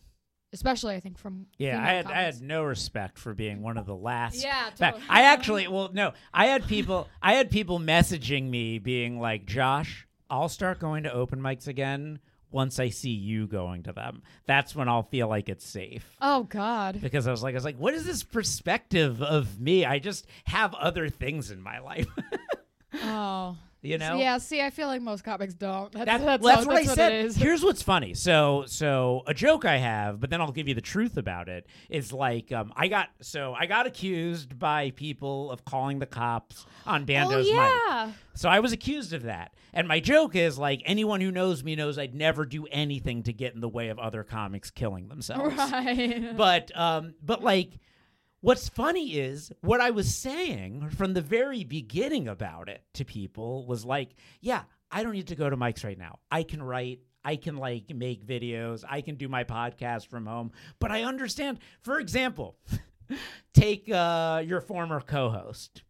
Speaker 2: Especially I think from
Speaker 1: Yeah,
Speaker 2: female
Speaker 1: I had I
Speaker 2: comics.
Speaker 1: had no respect for being one of the last.
Speaker 2: Yeah,
Speaker 1: back.
Speaker 2: totally.
Speaker 1: I actually, well, no, I had people, I had people messaging me being like, "Josh, I'll start going to open mics again once I see you going to them. That's when I'll feel like it's safe."
Speaker 2: Oh God.
Speaker 1: Because I was like, I was like, "What is this perspective of me? I just have other things in my life,
Speaker 2: Oh.
Speaker 1: you know."
Speaker 2: Yeah. See, I feel like most comics don't. That's,
Speaker 1: That-
Speaker 2: that's,
Speaker 1: well,
Speaker 2: how-
Speaker 1: that's what I
Speaker 2: that's
Speaker 1: said.
Speaker 2: It is.
Speaker 1: Here's what's funny. So, so a joke I have, but then I'll give you the truth about it. Is like um, I got so I got accused by people of calling the cops on
Speaker 2: oh
Speaker 1: Bando's mic.
Speaker 2: yeah.
Speaker 1: So I was accused of that, and my joke is like anyone who knows me knows I'd never do anything to get in the way of other comics killing themselves
Speaker 2: Right.
Speaker 1: but um but like what's funny is what i was saying from the very beginning about it to people was like yeah i don't need to go to mics right now i can write I can like make videos. I can do my podcast from home. But I understand, for example, take uh, your former co-host.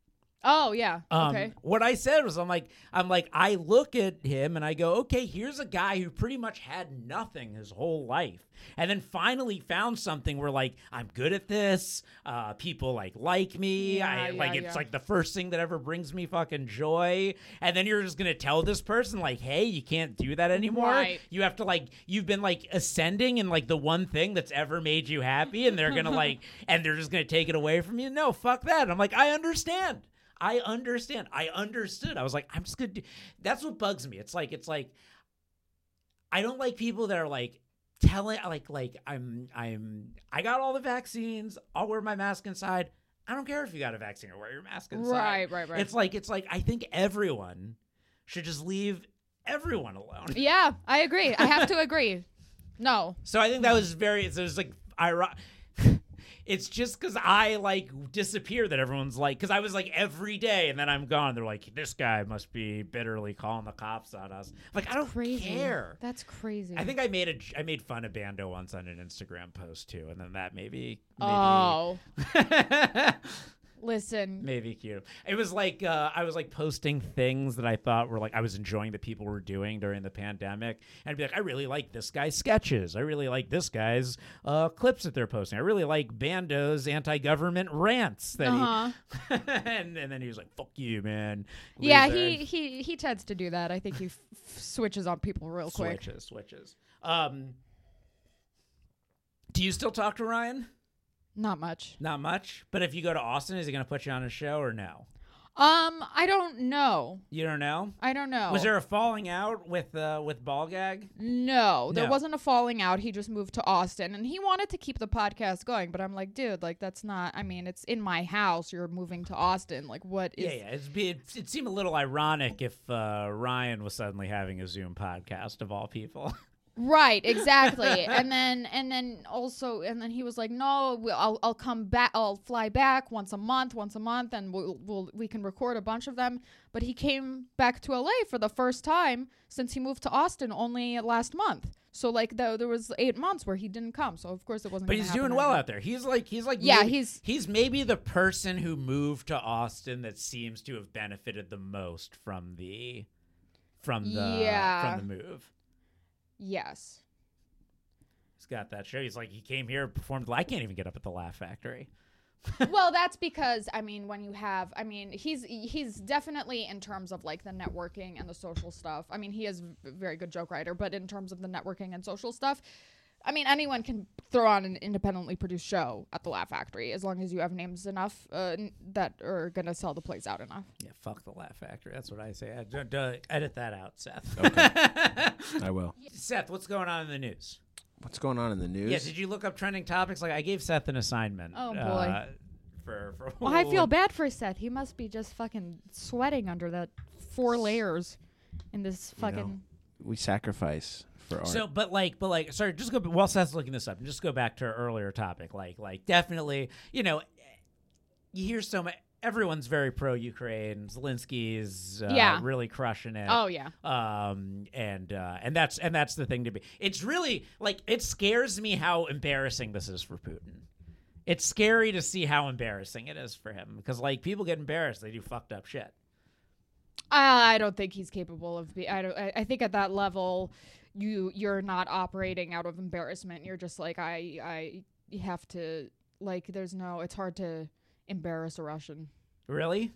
Speaker 2: oh yeah.
Speaker 1: Um,
Speaker 2: okay.
Speaker 1: What I said was, I'm like, I'm like, I look at him and I go, okay, here's a guy who pretty much had nothing his whole life, and then finally found something where like I'm good at this. Uh, people like like me. I
Speaker 2: Yeah,
Speaker 1: like
Speaker 2: yeah,
Speaker 1: it's
Speaker 2: yeah.
Speaker 1: like the first thing that ever brings me fucking joy. And then you're just gonna tell this person like, hey, you can't do that anymore.
Speaker 2: Right.
Speaker 1: You have to like, you've been like ascending in like the one thing that's ever made you happy, and they're gonna like, and they're just gonna take it away from you. No, fuck that. I'm like, I understand. I understand. I understood. I was like, I'm just gonna do. That's what bugs me. It's like, it's like, I don't like people that are like telling, like, like I'm, I'm, I got all the vaccines. I'll wear my mask inside. I don't care if you got a vaccine or wear your mask inside.
Speaker 2: Right. Right. Right.
Speaker 1: It's like, it's like, I think everyone should just leave everyone alone.
Speaker 2: yeah, I agree. I have to agree. No.
Speaker 1: So I think that was very. It was like ironic. It's just because I like disappear that everyone's like because I was like every day and then I'm gone. They're like this guy must be bitterly calling the cops on us. Like I don't
Speaker 2: Crazy.
Speaker 1: care.
Speaker 2: That's crazy.
Speaker 1: I think I made a j- I made fun of Bando once on an Instagram post too, and then that maybe maybe
Speaker 2: Oh, listen.
Speaker 1: maybe cute. It was like uh, I was like posting things that I thought were like I was enjoying that people were doing during the pandemic, and I'd be like, I really like this guy's sketches. I really like this guy's uh, clips that they're posting. I really like Bando's anti-government rants that
Speaker 2: Uh-huh.
Speaker 1: he, and, and then he was like, "Fuck you, man."
Speaker 2: Yeah,
Speaker 1: loser."
Speaker 2: he, he he tends to do that. I think he f- f- switches on people real quick.
Speaker 1: switches switches. Um, Do you still talk to Ryan?
Speaker 2: Not much.
Speaker 1: Not much. But if you go to Austin, is he going to put you on a show or no?
Speaker 2: Um, I don't know.
Speaker 1: You don't know.
Speaker 2: I don't know.
Speaker 1: Was there a falling out with uh, with Ball Gag?
Speaker 2: No, there
Speaker 1: No.
Speaker 2: wasn't a falling out. He just moved to Austin and he wanted to keep the podcast going, but I'm like, dude, like that's not I mean, it's in my house. You're moving to Austin. Like what is
Speaker 1: Yeah, yeah. It'd be, it'd, it'd seem a little ironic if uh, Ryan was suddenly having a Zoom podcast of all people.
Speaker 2: Right, exactly. and then and then also and then he was like, "No, we- I'll I'll come back. I'll fly back once a month, once a month and we'll, we'll we can record a bunch of them." But he came back to LA for the first time since he moved to Austin only last month. So like though there was 8 months where he didn't come. So of course it wasn't
Speaker 1: But
Speaker 2: gonna
Speaker 1: he's
Speaker 2: happen
Speaker 1: doing well
Speaker 2: anyway.
Speaker 1: out there. He's like he's like
Speaker 2: Yeah,
Speaker 1: maybe-
Speaker 2: he's-
Speaker 1: he's maybe the person who moved to Austin that seems to have benefited the most from the from the
Speaker 2: Yeah.
Speaker 1: from the move.
Speaker 2: Yes.
Speaker 1: He's got that show. He's like he came here, performed. I can't even get up at the Laugh Factory.
Speaker 2: well, that's because I mean, when you have, I mean, he's he's definitely in terms of like the networking and the social stuff. I mean, he is a very good joke writer, but in terms of the networking and social stuff, I mean, anyone can throw on an independently produced show at the Laugh Factory as long as you have names enough uh, n- that are gonna sell the place out enough.
Speaker 1: Yeah, fuck the Laugh Factory. That's what I say. I, d- d- edit that out, Seth.
Speaker 3: I will.
Speaker 1: Seth, what's going on in the news?
Speaker 3: What's going on in the news?
Speaker 1: Yeah, did you look up trending topics? Like I gave Seth an assignment.
Speaker 2: Oh, boy.
Speaker 1: uh, for, for
Speaker 2: Well, I feel bad for Seth. He must be just fucking sweating under that four layers in this
Speaker 3: You know,
Speaker 2: fucking.
Speaker 3: we sacrifice for art.
Speaker 1: So, but like, but like, sorry, just go. While Seth's looking this up, just go back to our earlier topic. Like, like, definitely, you know, you hear so much. Everyone's very pro Ukraine. Zelensky's uh,
Speaker 2: Yeah.
Speaker 1: really crushing it.
Speaker 2: Oh yeah.
Speaker 1: Um, and uh, and that's and that's the thing to be. It's really like it scares me how embarrassing this is for Putin. It's scary to see how embarrassing it is for him because like people get embarrassed. They do fucked up shit.
Speaker 2: I I don't think he's capable of be. I don't. I, I think at that level, you you're not operating out of embarrassment. You're just like I I you have to like. There's no. It's hard to embarrass a Russian.
Speaker 1: Really,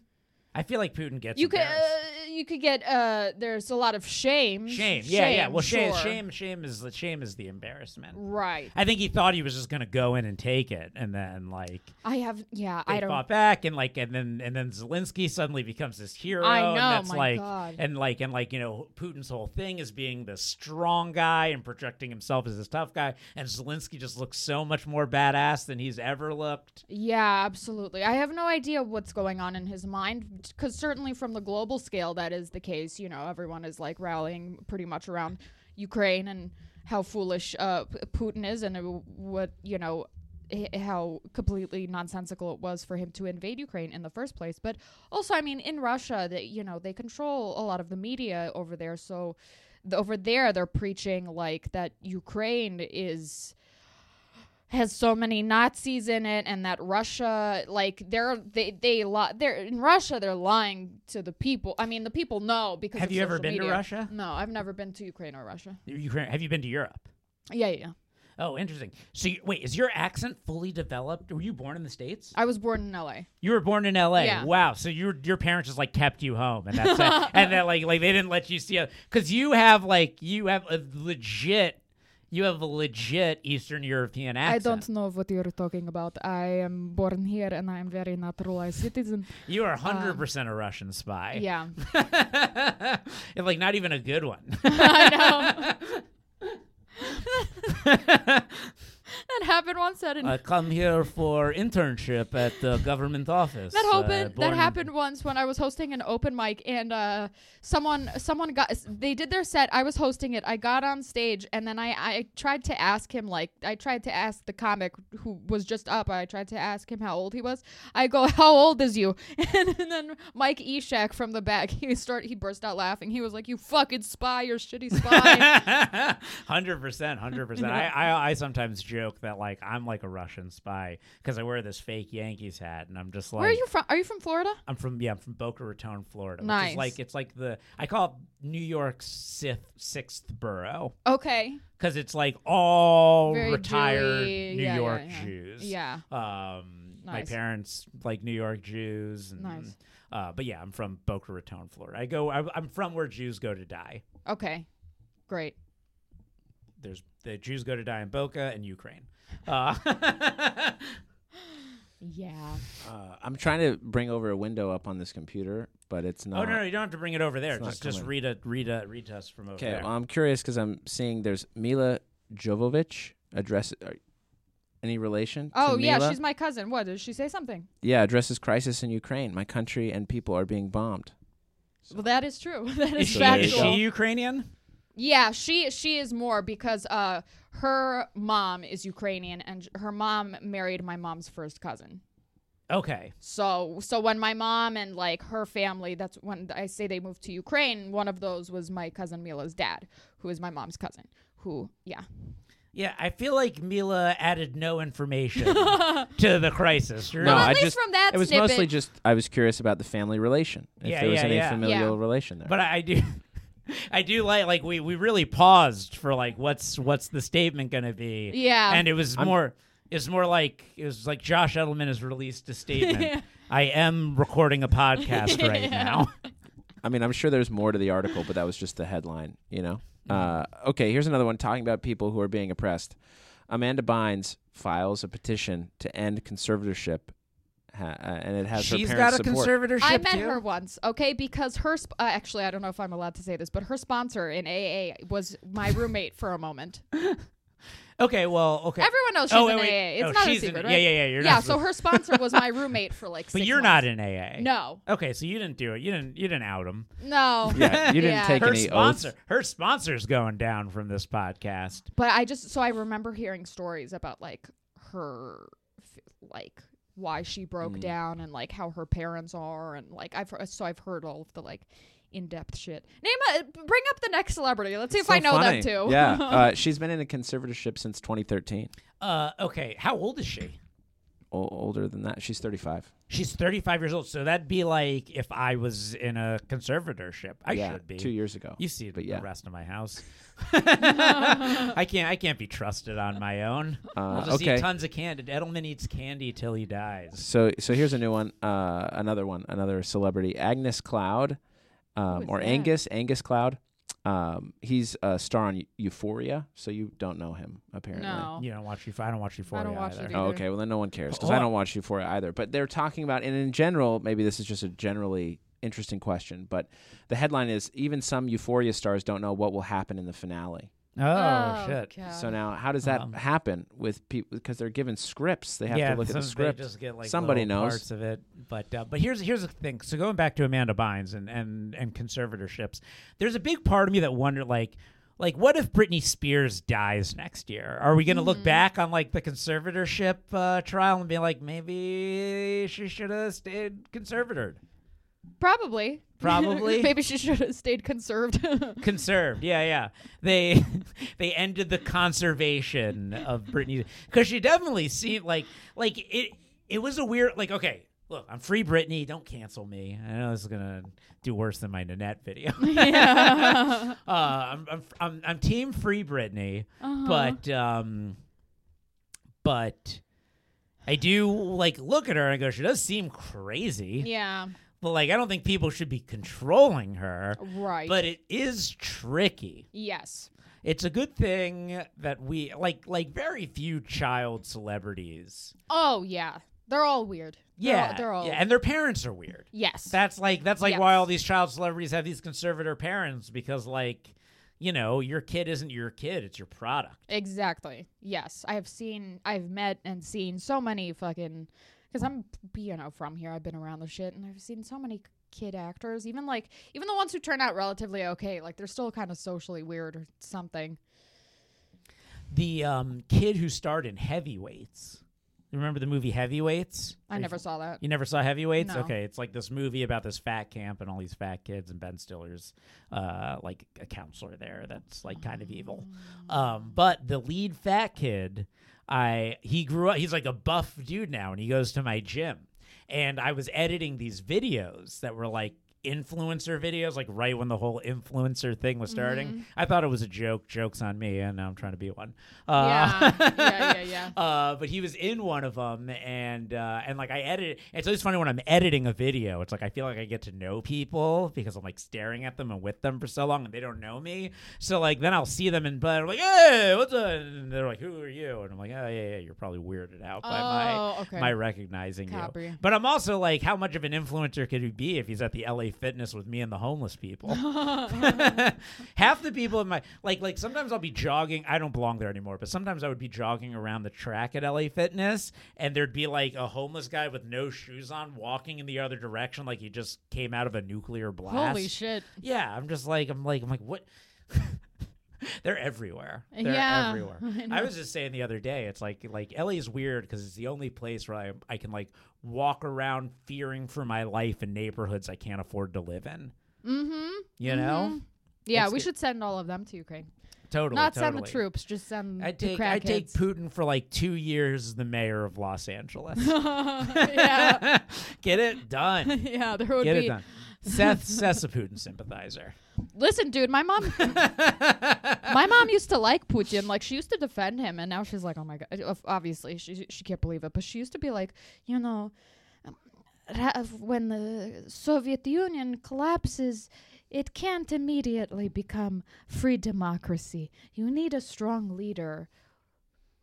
Speaker 1: I feel like Putin gets
Speaker 2: You could uh,
Speaker 1: embarrassed.
Speaker 2: you could get uh. There's a lot of shame.
Speaker 1: Shame. Yeah, yeah. Well, shame,
Speaker 2: sure.
Speaker 1: shame, shame is the shame is the embarrassment.
Speaker 2: Right.
Speaker 1: I think he thought he was just gonna go in and take it, and then like
Speaker 2: I have. Yeah.
Speaker 1: they
Speaker 2: I don't.
Speaker 1: fought back, and like and then and then Zelensky suddenly becomes this hero.
Speaker 2: I
Speaker 1: and
Speaker 2: know,
Speaker 1: that's
Speaker 2: my
Speaker 1: like
Speaker 2: God.
Speaker 1: and like and like you know Putin's whole thing is being the strong guy and projecting himself as this tough guy, and Zelensky just looks so much more badass than he's ever looked.
Speaker 2: Yeah, absolutely. I have no idea what's going on in his mind because certainly from the global scale, that is the case. You know, everyone is like rallying pretty much around Ukraine and how foolish uh, P- Putin is and uh, what you know h- how completely nonsensical it was for him to invade Ukraine in the first place. But also, I mean, in Russia, that you know they control a lot of the media over there, so th- over there they're preaching like that Ukraine is has so many Nazis in it, and that Russia, like they're they they li- they're in Russia, they're lying to the people. I mean, the people know because
Speaker 1: Have
Speaker 2: of
Speaker 1: you ever
Speaker 2: social
Speaker 1: been to
Speaker 2: media.
Speaker 1: Russia?
Speaker 2: No, I've never been to Ukraine or Russia.
Speaker 1: Ukraine, have you been to Europe?
Speaker 2: Yeah, yeah. yeah.
Speaker 1: Oh, interesting. So you, wait, is your accent fully developed? Were you born in the states?
Speaker 2: I was born in L.A.
Speaker 1: You were born in L.A.
Speaker 2: Yeah.
Speaker 1: Wow. So your your parents just like kept you home, and that's it. and then like like they didn't let you see it because you have like you have a legit you have a legit Eastern European accent.
Speaker 2: know what you're talking about. I am born here, and I am very naturalized citizen.
Speaker 1: You are hundred percent a Russian spy.
Speaker 2: uh, Yeah,
Speaker 1: Yeah. and like not even a good one.
Speaker 2: I know. that happened once at an
Speaker 1: I come here for internship at the government office.
Speaker 2: That
Speaker 1: Uh,
Speaker 2: happened.
Speaker 1: born
Speaker 2: that
Speaker 1: in-
Speaker 2: happened once when I was hosting an open mic, and uh, someone someone got they did their set. I was hosting it. I got on stage, and then I I tried to ask him like I tried to ask the comic who was just up. I tried to ask him how old he was. I go, "How old is you?" And, then Mike Eshak from the back, he start he burst out laughing. He was like, "You fucking spy! You're a shitty spy."
Speaker 1: Hundred percent, hundred percent. I I I sometimes joke that like I'm like a Russian spy because I wear this fake Yankees hat and I'm just like
Speaker 2: Where are you from? Are you from Florida?
Speaker 1: I'm from yeah I'm from Boca Raton, Florida. Which
Speaker 2: Nice.
Speaker 1: is like it's like the I call it New York's sixth sixth borough
Speaker 2: Okay.
Speaker 1: because it's like all
Speaker 2: Very
Speaker 1: retired
Speaker 2: Jewy.
Speaker 1: New
Speaker 2: Yeah, yeah,
Speaker 1: York
Speaker 2: yeah.
Speaker 1: Jews.
Speaker 2: Yeah.
Speaker 1: Um, my
Speaker 2: Nice.
Speaker 1: parents like New York Jews. And,
Speaker 2: Nice.
Speaker 1: Uh, but yeah, I'm from Boca Raton, Florida. I go. I, I'm from where Jews go to die.
Speaker 2: Okay. Great.
Speaker 1: there's the Jews go to die in Boca and Ukraine. Uh,
Speaker 2: Yeah.
Speaker 3: Uh, I'm trying to bring over a window up on this computer, but it's not.
Speaker 1: oh no, no, you don't have to bring it over there.
Speaker 3: Uh, It's not
Speaker 1: Just just
Speaker 3: coming.
Speaker 1: read it, read it, read to us from over
Speaker 3: Okay,
Speaker 1: there.
Speaker 3: well, I'm curious because I'm seeing there's Mila Jovovich. Address are- any relation? to
Speaker 2: Oh yeah,
Speaker 3: Mila?
Speaker 2: she's my cousin. What did she say something?
Speaker 3: yeah. Addresses crisis in Ukraine. My country and people are being bombed.
Speaker 2: Well, that is true. that
Speaker 1: is
Speaker 2: is
Speaker 1: she,
Speaker 3: there
Speaker 1: is
Speaker 3: you go.
Speaker 2: factual.
Speaker 1: she Ukrainian?
Speaker 2: Yeah, she she is more because uh her mom is Ukrainian and her mom married my mom's first cousin.
Speaker 1: Okay,
Speaker 2: So so when my mom and like her family, that's when I say they moved to Ukraine. One of those was my cousin Mila's dad, who is my mom's cousin. Who yeah
Speaker 1: yeah, I feel like Mila added no information to the crisis. You're
Speaker 3: no,
Speaker 2: at
Speaker 3: I
Speaker 2: least
Speaker 3: just
Speaker 2: from that
Speaker 3: it was
Speaker 2: snippet-
Speaker 3: mostly just I was curious about the family relation. If
Speaker 1: Yeah,
Speaker 3: there was
Speaker 1: yeah,
Speaker 3: any
Speaker 1: yeah.
Speaker 3: familial
Speaker 2: Yeah.
Speaker 3: relation there.
Speaker 1: But I I do, I do like like we we really paused for like what's what's the statement gonna be?
Speaker 2: Yeah.
Speaker 1: and it was more it's more like it was like Josh Edelman has released a statement. I am recording a podcast right now.
Speaker 3: I mean, I'm sure there's more to the article, but that was just the headline, you know? Uh, okay, here's another one talking about people who are being oppressed. Amanda Bynes files a petition to end conservatorship, ha- uh, and it has
Speaker 1: She's
Speaker 3: her
Speaker 1: got a
Speaker 3: parents' support.
Speaker 1: conservatorship
Speaker 2: I met
Speaker 1: too.
Speaker 2: her once, okay? Because her sp- uh, actually, I don't know if I'm allowed to say this, but her sponsor in AA was my roommate for a moment.
Speaker 1: Okay, well, okay.
Speaker 2: Everyone knows she's
Speaker 1: Oh,
Speaker 2: in
Speaker 1: wait, wait.
Speaker 2: AA. It's
Speaker 1: Oh,
Speaker 2: not a
Speaker 1: she's in-
Speaker 2: secret,
Speaker 1: yeah,
Speaker 2: right?
Speaker 1: yeah, yeah, you're
Speaker 2: yeah.
Speaker 1: not
Speaker 2: So her sponsor was my roommate for like.
Speaker 1: but
Speaker 2: six
Speaker 1: you're not
Speaker 2: months.
Speaker 1: in AA.
Speaker 2: No,
Speaker 1: Okay, so you didn't do it. You didn't. You didn't out him.
Speaker 2: no.
Speaker 3: Yeah, you didn't
Speaker 2: Yeah.
Speaker 3: take
Speaker 1: Her
Speaker 3: any
Speaker 1: sponsor.
Speaker 3: oaths.
Speaker 1: Her sponsor's going down from this podcast.
Speaker 2: But I just so I remember hearing stories about like her, f- like why she broke
Speaker 1: Mm.
Speaker 2: down and like how her parents are and like I've he- so I've heard all of the like in depth shit. Name a, bring up the next celebrity. Let's see if
Speaker 3: So
Speaker 2: I know
Speaker 3: funny.
Speaker 2: them too.
Speaker 3: yeah, uh, she's been in a conservatorship since 2013.
Speaker 1: Uh, okay, how old is she?
Speaker 3: O- older than that, she's 35.
Speaker 1: She's 35 years old, so that'd be like if I was in a conservatorship. I
Speaker 3: yeah,
Speaker 1: should be.
Speaker 3: two years ago.
Speaker 1: You see
Speaker 3: but
Speaker 1: the
Speaker 3: yeah.
Speaker 1: rest of my house. I can't. I can't be trusted on my own.
Speaker 3: Uh,
Speaker 1: I'll just
Speaker 3: okay.
Speaker 1: eat tons of candy. Edelman eats candy till he dies.
Speaker 3: So, so here's a new one. Uh, another one. Another celebrity, Agnes Cloud, um,
Speaker 2: is
Speaker 3: or
Speaker 2: that?
Speaker 3: Angus Angus Cloud. Um, he's a star on Eu- Euphoria, so you don't know him apparently.
Speaker 2: No. Oh,
Speaker 1: You don't watch. Euph- I don't watch Euphoria.
Speaker 2: watch
Speaker 1: either.
Speaker 2: it
Speaker 3: Oh,
Speaker 2: Either.
Speaker 3: okay. Well, then no one cares because
Speaker 1: Hold
Speaker 3: I
Speaker 1: on.
Speaker 3: don't watch Euphoria either. But they're talking about, and in general, maybe this is just a generally interesting question, but the headline is even some Euphoria stars don't know what will happen in the finale.
Speaker 1: Oh, shit.
Speaker 3: So now, how does that
Speaker 1: Um,
Speaker 3: happen with people? Because they're given scripts, they have
Speaker 1: yeah,
Speaker 3: to look at
Speaker 1: some-
Speaker 3: the
Speaker 1: they
Speaker 3: script.
Speaker 1: Just get like
Speaker 3: Somebody
Speaker 1: little
Speaker 3: knows.
Speaker 1: parts of it, but uh, but here's here's the thing. So going back to Amanda Bynes and and and conservatorships, there's a big part of me that wonder like. Like, what if Britney Spears dies next year? Are we going to look back on like the conservatorship uh, trial and be like, maybe she should have stayed conservatored,
Speaker 2: Probably.
Speaker 1: Probably.
Speaker 2: Maybe she should have stayed conserved.
Speaker 1: conserved? Yeah, yeah. They they ended the conservation of Britney because she definitely seemed like like it. It was a weird like okay. Look, I'm free Britney. Don't cancel me. I know this is gonna do worse than my Nanette video.
Speaker 2: yeah.
Speaker 1: Uh, I'm, I'm I'm I'm team free Britney,
Speaker 2: Uh-huh.
Speaker 1: but um, but I do like look at her and go, she does seem crazy.
Speaker 2: Yeah.
Speaker 1: But like, I don't think people should be controlling her.
Speaker 2: Right.
Speaker 1: But it is tricky.
Speaker 2: yes.
Speaker 1: It's a good thing that we like like very few child celebrities.
Speaker 2: Oh yeah. They're all weird. They're all-
Speaker 1: Yeah,
Speaker 2: They're all.
Speaker 1: yeah, and their parents are weird.
Speaker 2: yes.
Speaker 1: That's like that's like why
Speaker 2: Yes.
Speaker 1: all these child celebrities have these conservator parents because like, you know, your kid isn't your kid; it's your product.
Speaker 2: exactly. Yes. I have seen. I've met and seen so many fucking. Because I'm you know from here. I've been around the shit, and I've seen so many kid actors. Even like even the ones who turn out relatively okay. Like they're still kind of socially weird or something.
Speaker 1: The um, kid who starred in Heavyweights. You Remember the movie Heavyweights?
Speaker 2: I never saw that.
Speaker 1: You never saw Heavyweights?
Speaker 2: No.
Speaker 1: Okay, it's like this movie about this fat camp and all these fat kids and Ben Stiller's uh, like a counselor there that's like kind of evil.
Speaker 2: Oh.
Speaker 1: Um, but the lead fat kid, I he grew up he's like a buff dude now and he goes to my gym. And I was editing these videos that were like influencer videos, like right when the whole influencer thing was starting.
Speaker 2: Mm-hmm.
Speaker 1: I thought it was a joke. Joke's on me, and now I'm trying to be one. Uh,
Speaker 2: yeah, yeah, yeah, yeah.
Speaker 1: Uh, but he was in one of them, and uh, and like I edit, and so it's funny when I'm editing a video. It's like I feel like I get to know people because I'm like staring at them and with them for so long, and they don't know me. So like then I'll see them, and but I'm like, hey, what's up? And they're like, who are you? And I'm like, oh yeah, yeah, you're probably weirded out by
Speaker 2: Oh,
Speaker 1: my
Speaker 2: okay.
Speaker 1: my recognizing you.
Speaker 2: Copy.
Speaker 1: But I'm also like, how much of an influencer could he be if he's at the LA Fitness with me and the homeless people? half the people in my like like sometimes I'll be jogging. I don't belong there anymore, but sometimes I would be jogging around the track at LA Fitness, and there'd be like a homeless guy with no shoes on walking in the other direction, like he just came out of a nuclear blast.
Speaker 2: Holy shit.
Speaker 1: Yeah, I'm just like I'm like I'm like what. They're everywhere. They're
Speaker 2: Yeah,
Speaker 1: everywhere.
Speaker 2: I know.
Speaker 1: I, was just saying the other day, it's like like LA is weird because it's the only place where I I can like walk around fearing for my life in neighborhoods I can't afford to live in.
Speaker 2: Mm-hmm.
Speaker 1: You know,
Speaker 2: Yeah,
Speaker 1: It's-
Speaker 2: we should send all of them to Ukraine.
Speaker 1: totally.
Speaker 2: Not
Speaker 1: totally.
Speaker 2: send the troops, just send
Speaker 1: I take
Speaker 2: the
Speaker 1: I take
Speaker 2: crackheads.
Speaker 1: Putin for like two years as the mayor of Los Angeles.
Speaker 2: yeah,
Speaker 1: Get it done.
Speaker 2: yeah, there would
Speaker 1: Get
Speaker 2: be.
Speaker 1: it done. Seth Seth's a Putin sympathizer.
Speaker 2: Listen, dude, my mom, my mom used to like Putin. Like she used to defend him, and now she's like, oh my god. Ob- Obviously, she she can't believe it, but she used to be like, you know, um, ra- when the Soviet Union collapses. It can't immediately become free democracy. You need a strong leader.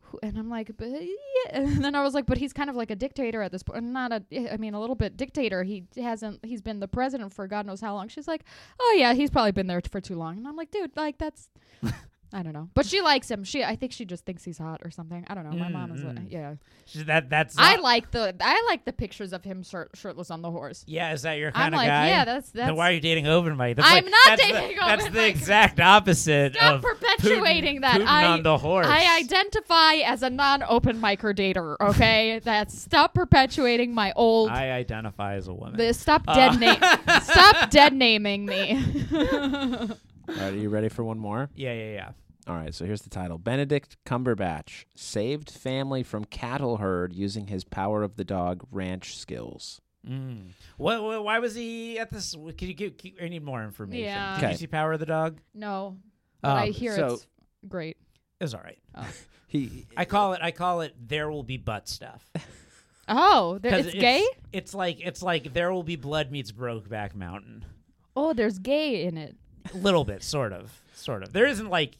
Speaker 2: Who, and I'm like, but yeah. And then I was like, but he's kind of like a dictator at this point. Not a, I mean, a little bit dictator. He hasn't, he's been the president for God knows how long. She's like, oh yeah, he's probably been there t- for too long. And I'm like, dude, like that's, I don't know. But she likes him. She, I think she just thinks he's hot or something. I don't know. My mom is, like, yeah.
Speaker 1: That that's
Speaker 2: I
Speaker 1: not-
Speaker 2: like the, I like the pictures of him shirt, shirtless on the horse.
Speaker 1: Yeah, is that your kind of
Speaker 2: like,
Speaker 1: guy?
Speaker 2: yeah, that's-
Speaker 1: Then why are you dating Obermeyer? That's
Speaker 2: I'm
Speaker 1: like-
Speaker 2: not
Speaker 1: that's the-
Speaker 2: dating
Speaker 1: That's the
Speaker 2: Obermeyer.
Speaker 1: exact opposite
Speaker 2: Stop
Speaker 1: of
Speaker 2: perpetuating
Speaker 1: Putin-
Speaker 2: that.
Speaker 1: Putin
Speaker 2: I,
Speaker 1: on the horse.
Speaker 2: I identify as a non-open micro dater. Okay, that's stop perpetuating my old
Speaker 1: I Uh, identify as a woman.
Speaker 2: The stop dead name. stop dead naming me.
Speaker 3: All right, are you ready for one more?
Speaker 1: yeah, yeah, yeah.
Speaker 3: All right, so here's the title Benedict Cumberbatch saved family from cattle herd using his power of the dog ranch skills.
Speaker 1: Mm. What, what, why was he at this? Could you give? I need more information.
Speaker 2: Yeah.
Speaker 1: Did you
Speaker 3: Okay.
Speaker 1: see Power of the Dog?
Speaker 2: No, but I
Speaker 1: Um,
Speaker 2: hear
Speaker 3: so-
Speaker 2: it's great.
Speaker 1: It was all right.
Speaker 3: He
Speaker 1: I call it. I call it. There will be butt stuff.
Speaker 2: Oh, there,
Speaker 1: 'Cause
Speaker 2: it's, gay.
Speaker 1: It's like it's like there will be blood meets Brokeback Mountain.
Speaker 2: Oh, there's gay in it.
Speaker 1: A little bit, sort of, sort of. There isn't like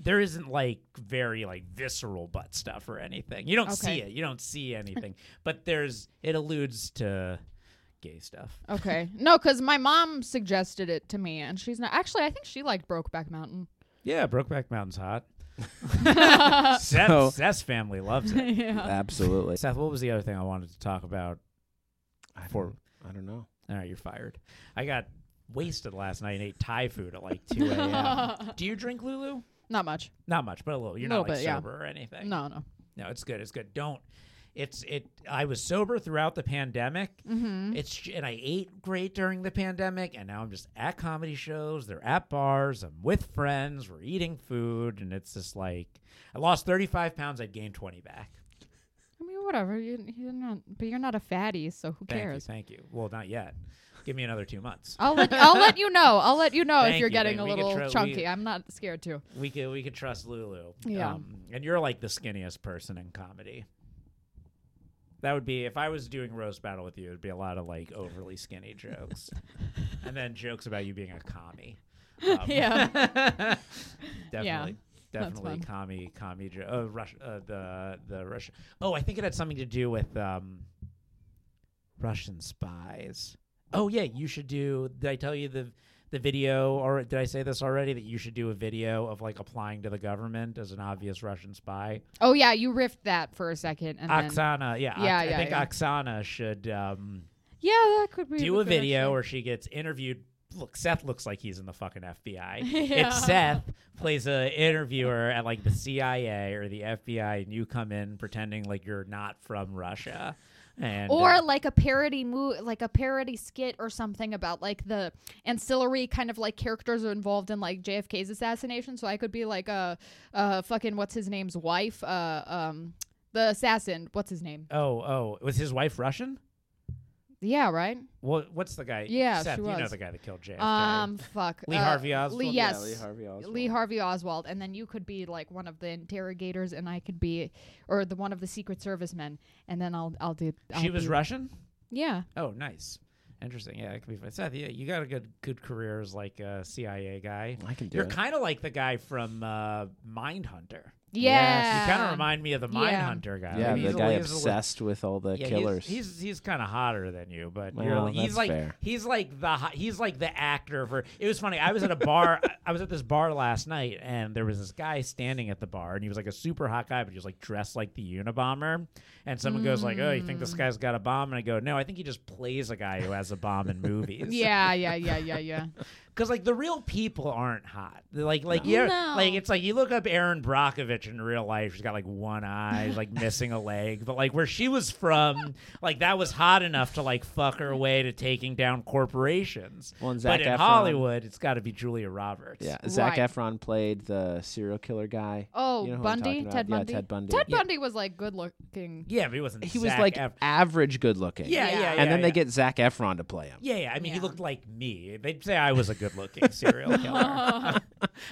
Speaker 1: there isn't like very like visceral butt stuff or anything. You don't see
Speaker 2: Okay.
Speaker 1: it. You don't see anything. But there's it alludes to gay stuff.
Speaker 2: Okay, no, because my mom suggested it to me, and she's not. Actually, I think she liked Brokeback Mountain.
Speaker 1: Yeah, Brokeback Mountain's hot. Seth,
Speaker 3: So-
Speaker 1: Seth's family loves it.
Speaker 2: yeah.
Speaker 3: absolutely.
Speaker 1: Seth, what was the other thing I wanted to talk about?
Speaker 3: I
Speaker 1: For-
Speaker 3: don't, I don't know.
Speaker 1: All right, you're fired. I got wasted last night and ate Thai food at like 2 a.m. Do you drink Lulu?
Speaker 2: Not much.
Speaker 1: Not much, but a little. You're
Speaker 2: Little
Speaker 1: not like
Speaker 2: bit, yeah.
Speaker 1: sober or anything.
Speaker 2: No, no.
Speaker 1: No, it's good. It's good. Don't. It's it. I was sober throughout the pandemic.
Speaker 2: Mm-hmm.
Speaker 1: It's j- and I ate great during the pandemic, and now I'm just at comedy shows. They're at bars. I'm with friends. We're eating food, and it's just like I lost 35 pounds. I gained 20 back.
Speaker 2: I mean, whatever. You, you're not, but you're not a fatty, so who
Speaker 1: Thank
Speaker 2: cares?
Speaker 1: you. Thank you. Well, not yet. Give me another two months.
Speaker 2: I'll let I'll let you know. I'll let you know
Speaker 1: Thank
Speaker 2: if you're
Speaker 1: you,
Speaker 2: getting
Speaker 1: babe.
Speaker 2: a
Speaker 1: We can
Speaker 2: little
Speaker 1: try- we-
Speaker 2: chunky. I'm not scared too.
Speaker 1: We could we could trust Lulu. Um,
Speaker 2: Yeah.
Speaker 1: and you're like the skinniest person in comedy. That would be if I was doing roast battle with you. It'd be a lot of like overly skinny jokes, and then jokes about you being a commie. Um,
Speaker 2: Yeah.
Speaker 1: definitely,
Speaker 2: fun.
Speaker 1: definitely commie, commie. Jo- uh, Rush, uh, the the Russian. Oh, I think it had something to do with um, Russian spies. Oh yeah, you should do. Did I tell you the the video? Or did I say this already? That you should do a video of like applying to the government as an obvious Russian spy.
Speaker 2: Oh yeah, you riffed that for a second, and then,
Speaker 1: Oksana, yeah,
Speaker 2: Yeah,
Speaker 1: Ox-
Speaker 2: yeah,
Speaker 1: I think
Speaker 2: yeah.
Speaker 1: Oksana should um,
Speaker 2: yeah, that could be
Speaker 1: do a
Speaker 2: good,
Speaker 1: video
Speaker 2: actually.
Speaker 1: where she gets interviewed. Look, Seth looks like he's in the fucking FBI.
Speaker 2: Yeah.
Speaker 1: It's Seth plays a interviewer at like the CIA or the FBI, and you come in pretending like you're not from Russia. And
Speaker 2: or
Speaker 1: uh,
Speaker 2: like a parody mo- like a parody skit or something about like the ancillary kind of like characters are involved in like JFK's assassination. So I could be like a, a fucking what's his name's wife, uh, um, the assassin. What's his name?
Speaker 1: oh, oh, was his wife Russian?
Speaker 2: Yeah, right?
Speaker 1: Well, what's the guy?
Speaker 2: Yeah,
Speaker 1: Seth,
Speaker 2: she
Speaker 1: you know
Speaker 2: was.
Speaker 1: the guy that killed JFK.
Speaker 2: Um, fuck.
Speaker 1: Lee
Speaker 2: Uh,
Speaker 1: Harvey Oswald?
Speaker 2: Lee,
Speaker 3: Yeah,
Speaker 2: yes.
Speaker 3: Lee Harvey Oswald.
Speaker 2: Lee Harvey Oswald. And then you could be like one of the interrogators, and I could be, or the one of the Secret Service men, and then I'll I'll do. I'll
Speaker 1: she was
Speaker 2: be-
Speaker 1: Russian.
Speaker 2: Yeah.
Speaker 1: Oh, nice. Interesting. Yeah, it could be fun. Seth, yeah, you got a good good career as like a CIA guy.
Speaker 3: I can do
Speaker 1: You're
Speaker 3: it.
Speaker 1: kind of like the guy from uh, Mindhunter.
Speaker 2: Yeah.
Speaker 1: You kind of remind me of the
Speaker 2: Yeah.
Speaker 1: Mindhunter guy.
Speaker 3: yeah,
Speaker 1: Like,
Speaker 3: the
Speaker 1: he's a-
Speaker 3: guy
Speaker 1: he's a-
Speaker 3: obsessed with all the
Speaker 1: yeah, he's-
Speaker 3: killers.
Speaker 1: He's he's, kind of hotter than you, but
Speaker 3: Well,
Speaker 1: you're,
Speaker 3: that's
Speaker 1: he's like
Speaker 3: fair.
Speaker 1: he's like the ho- he's like the actor for. It was funny. I was at a bar. I was at this bar last night, and there was this guy standing at the bar, and he was like a super hot guy, but he was like dressed like the Unabomber. And someone goes like, "Oh, you think
Speaker 2: Mm.
Speaker 1: this guy's got a bomb?" And I go, "No, I think he just plays a guy who has a bomb in movies."
Speaker 2: Yeah, yeah, yeah, yeah, yeah.
Speaker 1: because like the real people aren't hot. They're like like yeah,
Speaker 2: No.
Speaker 1: like it's like you look up Aaron Brockovich in real life. She's got like one eye, like missing a leg, but like where she was from, like that was hot enough to like fuck her way to taking down corporations.
Speaker 3: Well, and Zac
Speaker 1: but in
Speaker 3: Efron-
Speaker 1: Hollywood, it's got to be Julia Roberts.
Speaker 3: yeah, Zach
Speaker 2: Right.
Speaker 3: Efron played the serial killer guy.
Speaker 1: Uh,
Speaker 2: Oh,
Speaker 3: You know who I'm
Speaker 2: Bundy?
Speaker 3: talking about?
Speaker 2: Ted
Speaker 3: Yeah,
Speaker 2: Bundy?
Speaker 3: Ted Bundy.
Speaker 2: Ted
Speaker 3: Yeah.
Speaker 2: Bundy was like good looking.
Speaker 1: yeah, but he wasn't.
Speaker 3: He was
Speaker 1: Zac
Speaker 3: like
Speaker 1: Ef-
Speaker 3: average good looking.
Speaker 1: yeah, yeah, yeah.
Speaker 3: and then
Speaker 1: yeah.
Speaker 3: they get Zach Efron to play him.
Speaker 1: Yeah, yeah. I mean, he
Speaker 2: Yeah.
Speaker 1: looked like me. They'd say I was a good-looking serial killer.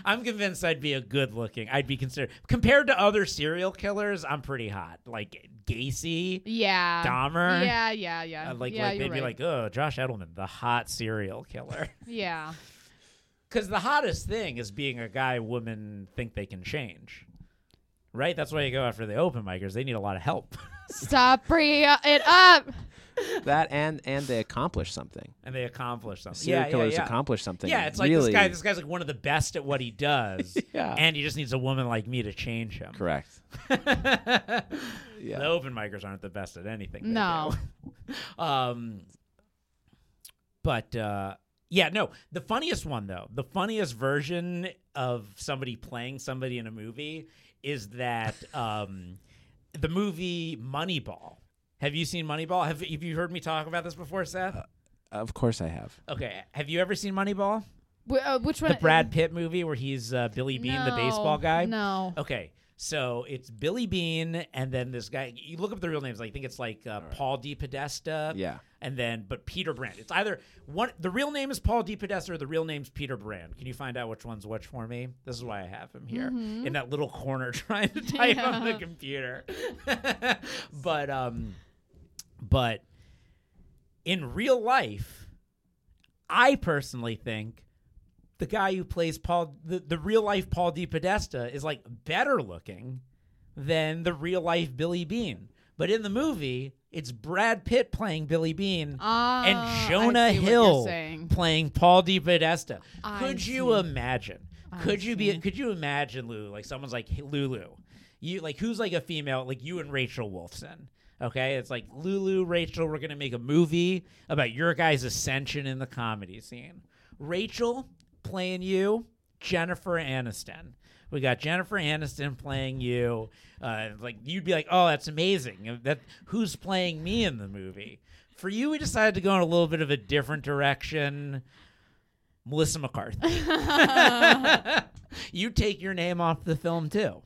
Speaker 1: I'm convinced I'd be a good-looking. I'd be considered compared to other serial killers. I'm pretty hot, like Gacy,
Speaker 2: Yeah.
Speaker 1: Dahmer.
Speaker 2: Yeah, yeah, yeah.
Speaker 1: Uh, like,
Speaker 2: yeah,
Speaker 1: like
Speaker 2: you're
Speaker 1: they'd be like,
Speaker 2: right.
Speaker 1: "Oh, Josh Edelman, the hot serial killer."
Speaker 2: yeah.
Speaker 1: Because the hottest thing is being a guy women think they can change, right? That's why you go after the open micers. They need a lot of help,
Speaker 2: Stop bringing it up.
Speaker 3: That and and they accomplish something.
Speaker 1: and they accomplish something.
Speaker 3: Serial
Speaker 1: yeah,
Speaker 3: killers
Speaker 1: yeah, yeah.
Speaker 3: accomplish something.
Speaker 1: Yeah, it's like this
Speaker 3: really
Speaker 1: guy. This guy's like one of the best at what he does,
Speaker 3: Yeah.
Speaker 1: and he just needs a woman like me to change him.
Speaker 3: correct.
Speaker 1: The open micers aren't the best at anything. they
Speaker 2: No.
Speaker 1: do. um, but uh, yeah, no. The funniest one though, the funniest version of somebody playing somebody in a movie is that um, the movie Moneyball. Have you seen Moneyball? Have, have you heard me talk about this before, Seth?
Speaker 2: Uh,
Speaker 3: Of course, I have.
Speaker 1: Okay. Have you ever seen Moneyball?
Speaker 2: Wh- uh, which one?
Speaker 1: The Brad Pitt movie where he's uh, Billy Bean, the
Speaker 2: No,
Speaker 1: baseball guy. Uh,
Speaker 2: No.
Speaker 1: Okay, so it's Billy Bean, and then this guy. You look up the real names. I think it's like uh, Paul D. Podesta.
Speaker 3: Yeah.
Speaker 1: And then, but Peter Brand. It's either one. The real name is Paul D. Podesta, or the real name's Peter Brand. Can you find out which one's which for me? This is why I have him here in that little corner trying to type on the computer. but um, but in real life, I personally think the guy who plays Paul, the, the real life Paul D. Podesta, is like better looking than the real life Billy Bean. But in the movie, it's Brad Pitt playing Billy Bean
Speaker 2: Ah, I
Speaker 1: and Jonah
Speaker 2: see what you're
Speaker 1: Hill
Speaker 2: saying.
Speaker 1: playing Paul D. Podesta.
Speaker 2: I
Speaker 1: Could you
Speaker 2: see.
Speaker 1: imagine? Could you be? Could you imagine Lou? Like someone's like "Hey, Lulu, you like who's like a female like you and Rachel Wolfson. Okay, it's like Lulu, Rachel. We're gonna make a movie about your guys' ascension in the comedy scene. Rachel playing you, Jennifer Aniston. We got Jennifer Aniston playing you. Uh, like you'd be like, oh, that's amazing. That who's playing me in the movie? For you, we decided to go in a little bit of a different direction. Melissa McCarthy. you take your name off the film too.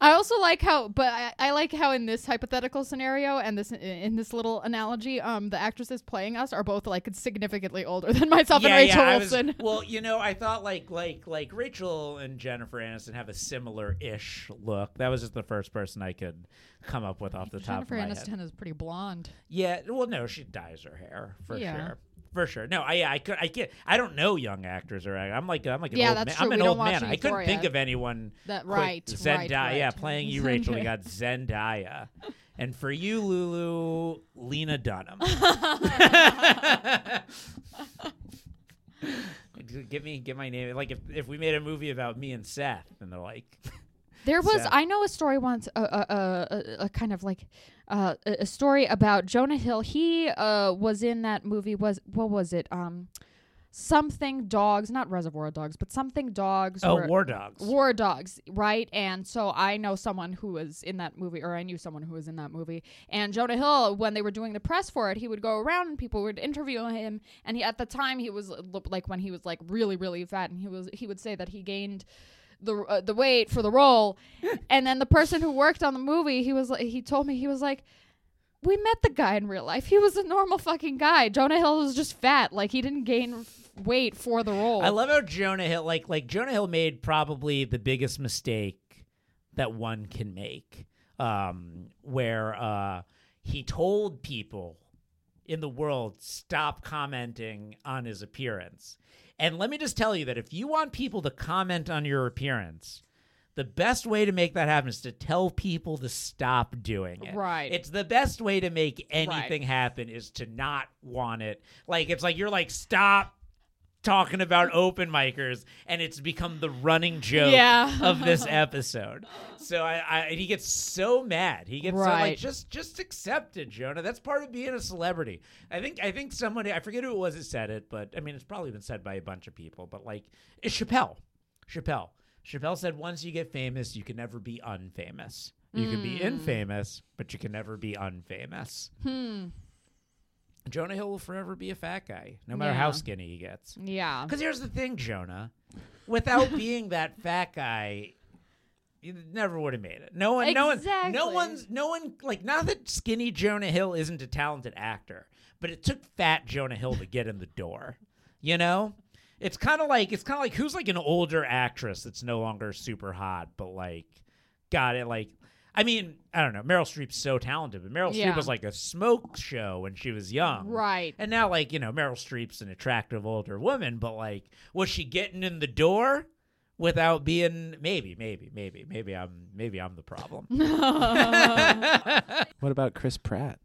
Speaker 2: I also like how, but I, I like how in this hypothetical scenario and this in this little analogy, um, the actresses playing us are both like significantly older than myself and Rachel
Speaker 1: I was-
Speaker 2: Wilson.
Speaker 1: well, you know, I thought like like like Rachel and Jennifer Aniston have a similar ish look. That was just the first person I could come up with off the top
Speaker 2: Jennifer
Speaker 1: of my
Speaker 2: Aniston
Speaker 1: head.
Speaker 2: is pretty blonde.
Speaker 1: Yeah, well, no, she dyes her hair for
Speaker 2: Yeah.
Speaker 1: sure. For sure. No, I I could I can't I don't know young actors or act- I'm like I'm like an
Speaker 2: Yeah,
Speaker 1: old
Speaker 2: that's
Speaker 1: man.
Speaker 2: true.
Speaker 1: I'm an
Speaker 2: We don't
Speaker 1: old
Speaker 2: watch
Speaker 1: man. I couldn't
Speaker 2: Euphoria.
Speaker 1: think of anyone
Speaker 2: That
Speaker 1: quick.
Speaker 2: right,
Speaker 1: Zendaya,
Speaker 2: right, right.
Speaker 1: yeah, playing you, Rachel. We got Zendaya, and for you, Lulu, Lena Dunham. give me, give my name. Like if if we made a movie about me and Seth, and they're like,
Speaker 2: There was
Speaker 1: So-
Speaker 2: I know a story once a a, a, a- a kind of like uh, a a story about Jonah Hill. He uh, was in that movie was what was it um something dogs not Reservoir Dogs but something dogs
Speaker 1: oh,
Speaker 2: were-
Speaker 1: War Dogs.
Speaker 2: War Dogs, right? And so I know someone who was in that movie, or I knew someone who was in that movie. And Jonah Hill, when they were doing the press for it, he would go around and people would interview him. And he, at the time, he was look- like when he was like really, really fat, and he was he would say that he gained the uh, the weight for the role. and then the person who worked on the movie, he was like, he told me he was like. we met the guy in real life. He was a normal fucking guy. Jonah Hill was just fat. Like he didn't gain weight for the role.
Speaker 1: I love how Jonah Hill, like, like Jonah Hill made probably the biggest mistake that one can make, um, where uh, he told people in the world stop commenting on his appearance. And let me just tell you that if you want people to comment on your appearance, the best way to make that happen is to tell people to stop doing it.
Speaker 2: Right.
Speaker 1: It's the best way to make anything happen is to not want it. Like it's like you're like stop talking about open micers and it's become the running joke
Speaker 2: Yeah.
Speaker 1: of this episode. So I, I and he gets so mad. He gets so like
Speaker 2: Right.
Speaker 1: just just accept it, Jonah. That's part of being a celebrity. I think I think somebody I forget who it was that said it, but I mean it's probably been said by a bunch of people, but like it's Chappelle. Chappelle. Chappelle said once you get famous, you can never be unfamous. You can
Speaker 2: Hmm.
Speaker 1: be infamous, but you can never be unfamous.
Speaker 2: Hmm.
Speaker 1: Jonah Hill will forever be a fat guy, no matter how
Speaker 2: Yeah.
Speaker 1: skinny he gets.
Speaker 2: yeah.
Speaker 1: Because here's the thing, Jonah. Without being that fat guy, you never would have made it. No one, no one, no
Speaker 2: Exactly.
Speaker 1: one's, no one. Like, not that skinny Jonah Hill isn't a talented actor, but it took fat Jonah Hill to get in the door. You know, it's kind of like it's kind of like who's like an older actress that's no longer super hot, but like got it. Like, I mean, I don't know. Meryl Streep's so talented, but Meryl
Speaker 2: Yeah.
Speaker 1: Streep was like a smoke show when she was young,
Speaker 2: Right.
Speaker 1: and now, like, you know, Meryl Streep's an attractive older woman, but like, was she getting in the door without being maybe, maybe, maybe, maybe I'm maybe I'm the problem.
Speaker 3: What about Chris Pratt?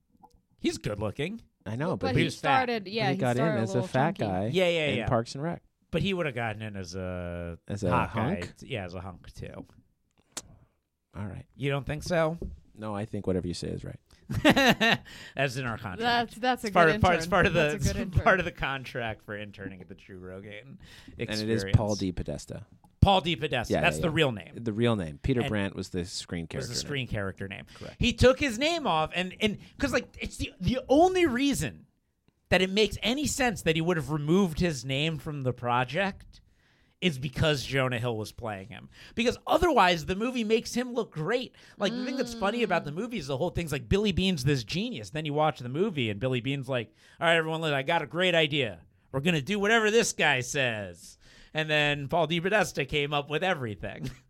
Speaker 1: He's good looking.
Speaker 3: I know,
Speaker 2: Oh,
Speaker 3: but,
Speaker 2: but
Speaker 1: he
Speaker 2: he
Speaker 1: was fat.
Speaker 2: started. Yeah,
Speaker 3: he, got in
Speaker 2: started
Speaker 3: as a
Speaker 2: little
Speaker 3: fat
Speaker 2: chunky.
Speaker 3: guy.
Speaker 1: Yeah, yeah,
Speaker 3: in
Speaker 1: yeah.
Speaker 3: Parks and Rec.
Speaker 1: But he would have gotten in as a
Speaker 3: As a
Speaker 1: hot guy.
Speaker 3: hunk?
Speaker 1: Yeah, as a hunk too.
Speaker 3: All right.
Speaker 1: You don't think so?
Speaker 3: No, I think whatever you say is right.
Speaker 1: That's in our contract.
Speaker 2: That's that's a
Speaker 1: it's
Speaker 2: good
Speaker 1: part of,
Speaker 2: intern.
Speaker 1: part, it's part of the
Speaker 2: That's a good
Speaker 1: it's
Speaker 2: intern.
Speaker 1: part of the contract for interning at the True Rogan experience.
Speaker 3: And it is Paul D. Podesta.
Speaker 1: Paul D. Podesta.
Speaker 3: Yeah,
Speaker 1: That's
Speaker 3: yeah,
Speaker 1: the
Speaker 3: yeah.
Speaker 1: real name.
Speaker 3: The real name. Peter
Speaker 1: And-
Speaker 3: Brandt was the screen
Speaker 1: was
Speaker 3: character.
Speaker 1: the
Speaker 3: name.
Speaker 1: screen character name. He took his name off, and and because like it's the the only reason that it makes any sense that he would have removed his name from the project is because Jonah Hill was playing him. Because otherwise, the movie makes him look great. Like the thing that's funny about the movie is the whole thing's like Billy Bean's this genius. Then you watch the movie, and Billy Bean's like, "All right, everyone, look, I got a great idea. We're gonna do whatever this guy says." And then Paul D. Podesta came up with everything.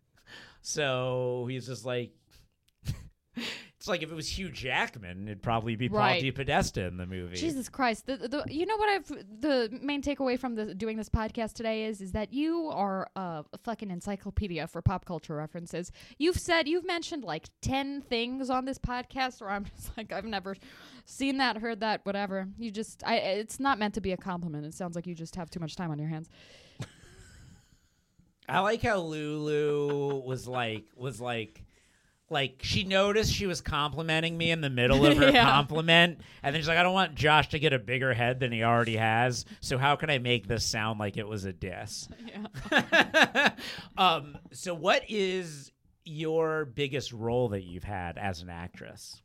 Speaker 1: So he's just like, it's like if it was Hugh Jackman, it'd probably be Paul
Speaker 2: Right.
Speaker 1: D. Podesta in the movie.
Speaker 2: Jesus Christ! The, the you know what I've the main takeaway from the, doing this podcast today is is that you are a fucking encyclopedia for pop culture references. You've said you've mentioned like ten things on this podcast, where I'm just like I've never seen that, heard that, whatever. You just I it's not meant to be a compliment. It sounds like you just have too much time on your hands.
Speaker 1: I like how Lulu was like was like like she noticed she was complimenting me in the middle of her
Speaker 2: Yeah.
Speaker 1: compliment and then she's like I don't want Josh to get a bigger head than he already has so how can I make this sound like it was a diss um so what is your biggest role that you've had as an actress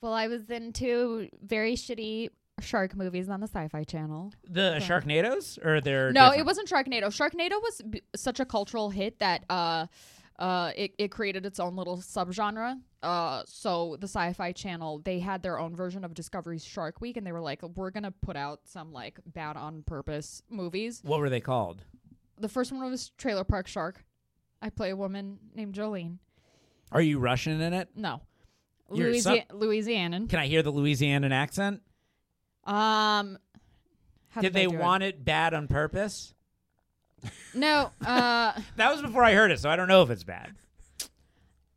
Speaker 2: Well, I was in two very shitty shark movies on the Sci-Fi Channel.
Speaker 1: the Sharknados or their
Speaker 2: No, it wasn't Sharknado. Sharknado was b- such a cultural hit that uh, uh, it, it created its own little subgenre. Uh, so the Sci-Fi Channel they had their own version of Discovery's Shark Week, and they were like, "We're gonna put out some like bad on purpose movies."
Speaker 1: what were they called
Speaker 2: The first one was Trailer Park Shark. I play a woman named Jolene.
Speaker 1: Are you Russian in it?
Speaker 2: No,
Speaker 1: You're
Speaker 2: Louisi- Louisianan.
Speaker 1: Can I hear the Louisianan accent?
Speaker 2: Um, how
Speaker 1: Did
Speaker 2: I
Speaker 1: they
Speaker 2: do it?
Speaker 1: want it bad on purpose?
Speaker 2: No. Uh.
Speaker 1: That was before I heard it, so I don't know if it's bad.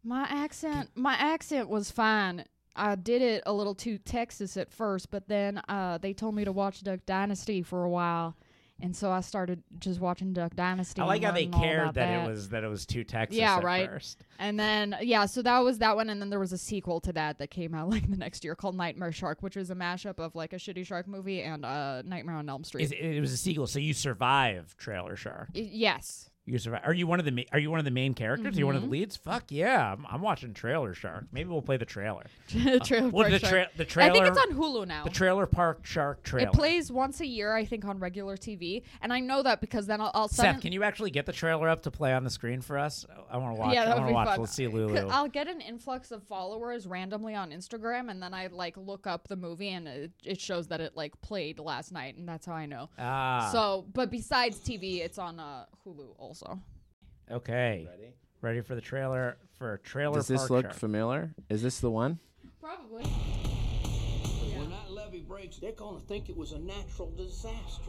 Speaker 2: My accent, my accent was fine. I did it a little too Texas at first, but then uh, they told me to watch Duck Dynasty for a while, and so I started just watching Duck Dynasty.
Speaker 1: I like
Speaker 2: and
Speaker 1: how they
Speaker 2: learning all
Speaker 1: cared that,
Speaker 2: about
Speaker 1: it was that it was too Texas
Speaker 2: Yeah,
Speaker 1: at
Speaker 2: right.
Speaker 1: first.
Speaker 2: And then yeah, so that was that one, and then there was a sequel to that that came out like the next year called Nightmare Shark, which was a mashup of like a shitty shark movie and uh, Nightmare on Elm Street.
Speaker 1: Is- It, was a sequel, so you survive Trailer Shark.
Speaker 2: Y- yes,
Speaker 1: You survive. Are you one of the ma- Are you one of the main characters? Are you one of the
Speaker 2: Mm-hmm.
Speaker 1: leads? Fuck yeah! I'm, I'm watching Trailer Shark. Maybe we'll play the trailer.
Speaker 2: Trailer
Speaker 1: Uh, Well,
Speaker 2: Park
Speaker 1: the,
Speaker 2: Shark.
Speaker 1: tra- the trailer.
Speaker 2: I think it's on Hulu now.
Speaker 1: the Trailer Park Shark trailer.
Speaker 2: it plays once a year, I think, on regular TV, and I know that because then I'll, I'll
Speaker 1: Seth,
Speaker 2: sudden-
Speaker 1: can you actually get the trailer up to play on the screen for us? I want to watch.
Speaker 2: Yeah, that
Speaker 1: I
Speaker 2: would
Speaker 1: want
Speaker 2: be
Speaker 1: to watch.
Speaker 2: fun. um,
Speaker 1: Let's see
Speaker 2: 'Cause
Speaker 1: Lulu.
Speaker 2: I'll get an influx of followers randomly on Instagram, and then I like look up the movie, and it, it shows that it like played last night, and that's how I know.
Speaker 1: Ah,
Speaker 2: So, but besides TV, it's on uh, Hulu also.
Speaker 1: okay. Ready? for the trailer for Trailer
Speaker 3: Does this
Speaker 1: Park
Speaker 3: look
Speaker 1: Shark.
Speaker 3: familiar? Is this the one?
Speaker 2: Probably.
Speaker 4: When that levee breaks, they're gonna think it was a natural disaster.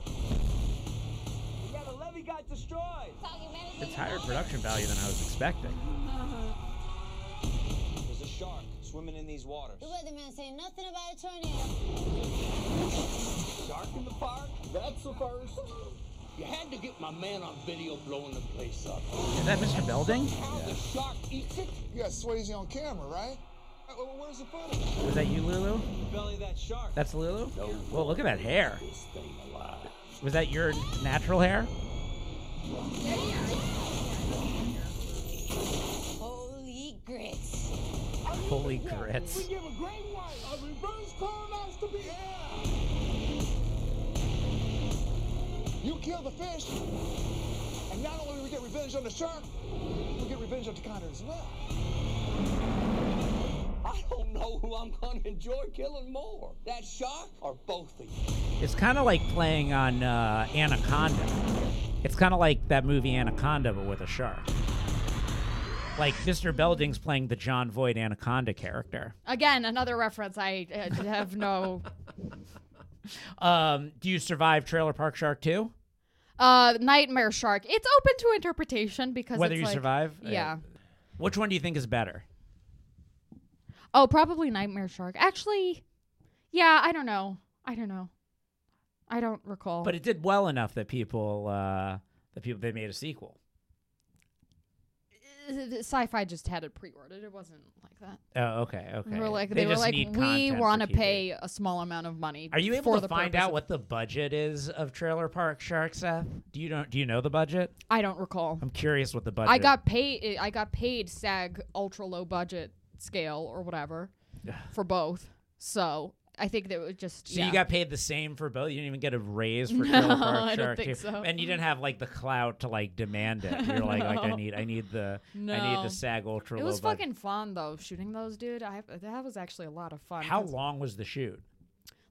Speaker 5: Yeah, the levee got destroyed.
Speaker 1: it's higher production value than I was expecting.
Speaker 5: There's a shark swimming in these waters.
Speaker 6: The weatherman say nothing about a tornado.
Speaker 5: Shark in the park?
Speaker 4: That's the first. You had to get my man on video blowing the place up.
Speaker 1: Is that Mr. Belding?
Speaker 5: How the shark eats it?
Speaker 7: You got Swayze on camera, right? Uh, well, Where's the footage?
Speaker 1: Was that you, Lulu?
Speaker 5: Belly of that shark.
Speaker 1: That's Lulu. Well, look at that hair.
Speaker 4: This thing alive.
Speaker 1: Was that your natural hair?
Speaker 6: Holy grits.
Speaker 1: Holy grits!
Speaker 4: Give a great white a reverse colonoscopy.
Speaker 7: You kill the fish, and not only we get revenge on the shark, we get revenge on Takana as well.
Speaker 4: I don't know who I'm gonna enjoy killing more, that shark or both of you.
Speaker 1: It's kind of like playing on uh, Anaconda. It's kind of like that movie Anaconda, but with a shark. Like Mr. Belding's playing the John Voight Anaconda character.
Speaker 2: Again, another reference. I uh, have no.
Speaker 1: Um, do you survive Trailer Park Shark too?
Speaker 2: Uh, Nightmare Shark. It's open to interpretation because
Speaker 1: Whether
Speaker 2: it's
Speaker 1: you
Speaker 2: like-
Speaker 1: survive? Uh,
Speaker 2: Yeah.
Speaker 1: Which one do you think is better?
Speaker 2: Oh, probably Nightmare Shark. Actually, yeah. I don't know. I don't know. I don't recall.
Speaker 1: But it did well enough that people, uh, that people, they made a sequel.
Speaker 2: sci-fi just had it pre-ordered. It wasn't like that.
Speaker 1: Oh, okay, okay.
Speaker 2: They were like they, were
Speaker 1: just
Speaker 2: like
Speaker 1: need
Speaker 2: we
Speaker 1: content for
Speaker 2: want to
Speaker 1: TV.
Speaker 2: pay a small amount of money.
Speaker 1: Are you
Speaker 2: for
Speaker 1: able to
Speaker 2: the
Speaker 1: find
Speaker 2: purpose
Speaker 1: out
Speaker 2: of-
Speaker 1: what the budget is of Trailer Park Shark, Seth? Do you don't? Do you know the budget?
Speaker 2: I don't recall.
Speaker 1: I'm curious what the budget.
Speaker 2: I got paid. eh, I got paid SAG ultra low budget scale or whatever for both. So I think that it was just.
Speaker 1: So
Speaker 2: yeah.
Speaker 1: you got paid the same for both. You didn't even get a raise for Trailer Park
Speaker 2: I don't
Speaker 1: Shark,
Speaker 2: think
Speaker 1: too.
Speaker 2: so.
Speaker 1: and you didn't have like the clout to like demand it. You're like, like I need, I need the, I need
Speaker 2: No.
Speaker 1: the SAG Ultra.
Speaker 2: It was
Speaker 1: low budget.
Speaker 2: fucking fun though shooting those, dude. I that was actually a lot of fun.
Speaker 1: How
Speaker 2: 'cause,
Speaker 1: long was the shoot?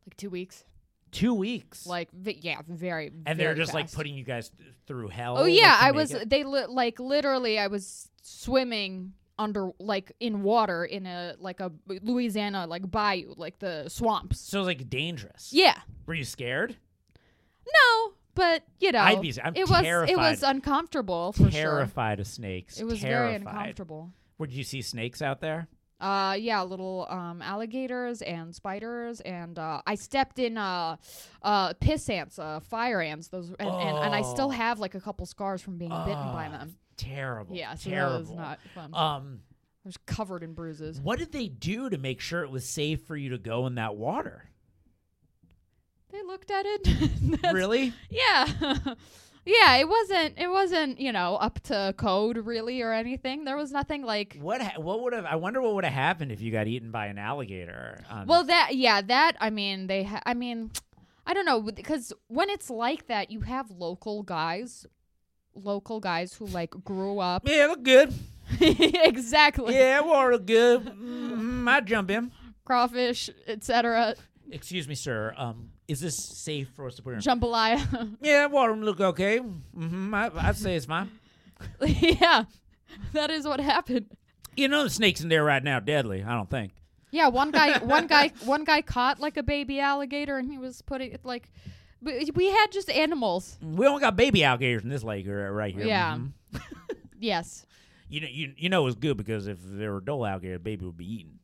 Speaker 2: Like two weeks.
Speaker 1: Two weeks.
Speaker 2: Like vi- yeah, very.
Speaker 1: and they're
Speaker 2: very
Speaker 1: just like
Speaker 2: fast.
Speaker 1: putting you guys th- through hell.
Speaker 2: Oh yeah,
Speaker 1: like, to
Speaker 2: I
Speaker 1: make
Speaker 2: was.
Speaker 1: it?
Speaker 2: They li- like literally, I was swimming under like in water in a like a Louisiana like bayou, like the swamps.
Speaker 1: So it was like dangerous.
Speaker 2: Yeah.
Speaker 1: Were you scared?
Speaker 2: No, but you know,
Speaker 1: I'd be- I'm
Speaker 2: it was it
Speaker 1: terrified.
Speaker 2: was uncomfortable for
Speaker 1: terrified of snakes.
Speaker 2: sure. It was
Speaker 1: terrified.
Speaker 2: very uncomfortable.
Speaker 1: Where did you see snakes out there?
Speaker 2: Uh, yeah, little um alligators and spiders, and uh, I stepped in uh, uh piss ants, uh fire ants, those, and, and, and I
Speaker 1: Oh.
Speaker 2: still have like a couple scars from being bitten by them.
Speaker 1: Terrible.
Speaker 2: Yeah, so
Speaker 1: Ah, terrible.
Speaker 2: that was not fun.
Speaker 1: Um,
Speaker 2: I was covered in bruises.
Speaker 1: what did they do to make sure it was safe for you to go in that water?
Speaker 2: They looked at it. That's-
Speaker 1: Mm-hmm. really?
Speaker 2: Yeah. yeah, it wasn't it wasn't, you know, up to code really or anything. There was nothing like
Speaker 1: What ha- what would have? I wonder what would have happened if you got eaten by an alligator. Um,
Speaker 2: Well, that yeah, that I mean, they ha- I mean, I don't know because when it's like that, you have local guys local guys who like grew up
Speaker 1: yeah, it looked good.
Speaker 2: exactly
Speaker 1: Yeah, it were good. Mm, I jump in.
Speaker 2: crawfish etc
Speaker 1: Excuse me, sir. Um, is this safe for us to put in?
Speaker 2: jambalaya
Speaker 1: Yeah, water look okay. Mm-hmm. I, I'd say it's fine.
Speaker 2: yeah that is what happened
Speaker 1: You know the snakes in there right now, deadly. I don't think.
Speaker 2: Yeah, one guy, one guy, one guy caught like a baby alligator, and he was putting it like. We we had just animals.
Speaker 1: We only got baby alligators in this lake right right here.
Speaker 2: Yeah.
Speaker 1: Mhm.
Speaker 2: Yes.
Speaker 1: You know, you you know it was good because if there were adult alligator, the baby would be eaten.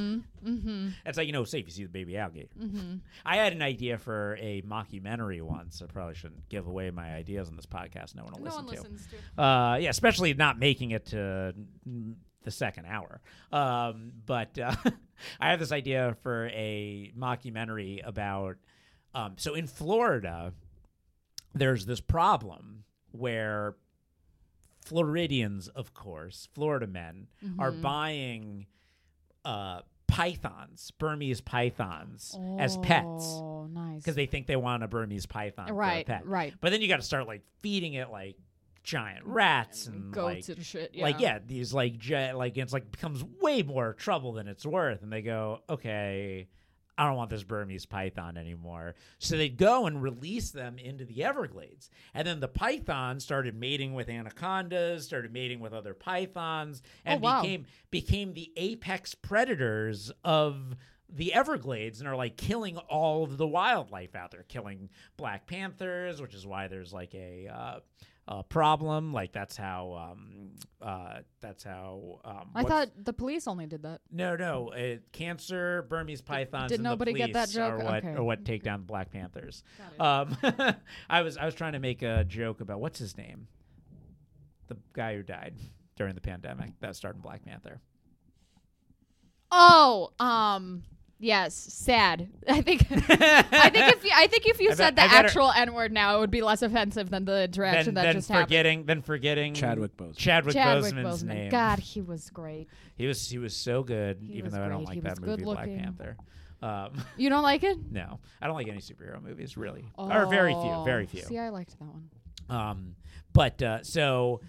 Speaker 1: Mm-hmm. Mm-hmm. That's how you know it's safe. You see the baby alligator. Mm-hmm. I had an idea for a mockumentary once. I probably shouldn't give away my ideas on this podcast. No one will listen to.
Speaker 2: to.
Speaker 1: Uh, yeah, especially not making it to mm, the second hour. Um, but uh, I have this idea for a mockumentary about. Um, so in Florida, there's this problem where Floridians, of course, Florida men, are buying uh, pythons, Burmese pythons, as pets
Speaker 2: Oh, nice.
Speaker 1: because they think they want a Burmese python for a
Speaker 2: Right,
Speaker 1: pet.
Speaker 2: right. Mm,
Speaker 1: But then you got to start like feeding it like giant rats and
Speaker 2: goats
Speaker 1: like,
Speaker 2: and shit.
Speaker 1: like yeah, these like jet like it's like becomes way more trouble than it's worth, and they go, okay, I don't want this Burmese python anymore. So they go and release them into the Everglades, and then the python started mating with anacondas, started mating with other pythons, and
Speaker 2: Oh, wow.
Speaker 1: became became the apex predators of the Everglades and are like killing all of the wildlife out there, killing black panthers, which is why there's like a uh, a problem. Like that's how um, uh, that's how um,
Speaker 2: I
Speaker 1: what's-
Speaker 2: thought the police only did that.
Speaker 1: no no uh, cancer Burmese pythons.
Speaker 2: did
Speaker 1: and the
Speaker 2: nobody get that
Speaker 1: police
Speaker 2: joke?
Speaker 1: Or what
Speaker 2: Okay.
Speaker 1: or what take down the black panthers? Um, I was I was trying to make a joke about what's his name, the guy who died during the pandemic that starred in Black Panther.
Speaker 2: Oh, um, yes, sad. I think, I think if you, I think if you
Speaker 1: I
Speaker 2: said
Speaker 1: bet-
Speaker 2: the
Speaker 1: I better-
Speaker 2: actual N word now, it would be less offensive than the
Speaker 1: then,
Speaker 2: interaction that
Speaker 1: then
Speaker 2: just happened.
Speaker 1: forgetting then forgetting
Speaker 3: Chadwick Boseman.
Speaker 1: Chadwick,
Speaker 2: Chadwick
Speaker 1: Boseman's
Speaker 2: Boseman.
Speaker 1: name.
Speaker 2: God, he was great.
Speaker 1: He was he was so good,
Speaker 2: He
Speaker 1: even
Speaker 2: was
Speaker 1: though I don't
Speaker 2: great.
Speaker 1: like
Speaker 2: He
Speaker 1: that
Speaker 2: was
Speaker 1: movie Black
Speaker 2: good-looking.
Speaker 1: Panther. Um,
Speaker 2: You don't like it?
Speaker 1: no, I don't like any superhero movies really, or very few,
Speaker 2: Oh,
Speaker 1: very few.
Speaker 2: See, I liked that one.
Speaker 1: Um, but uh, so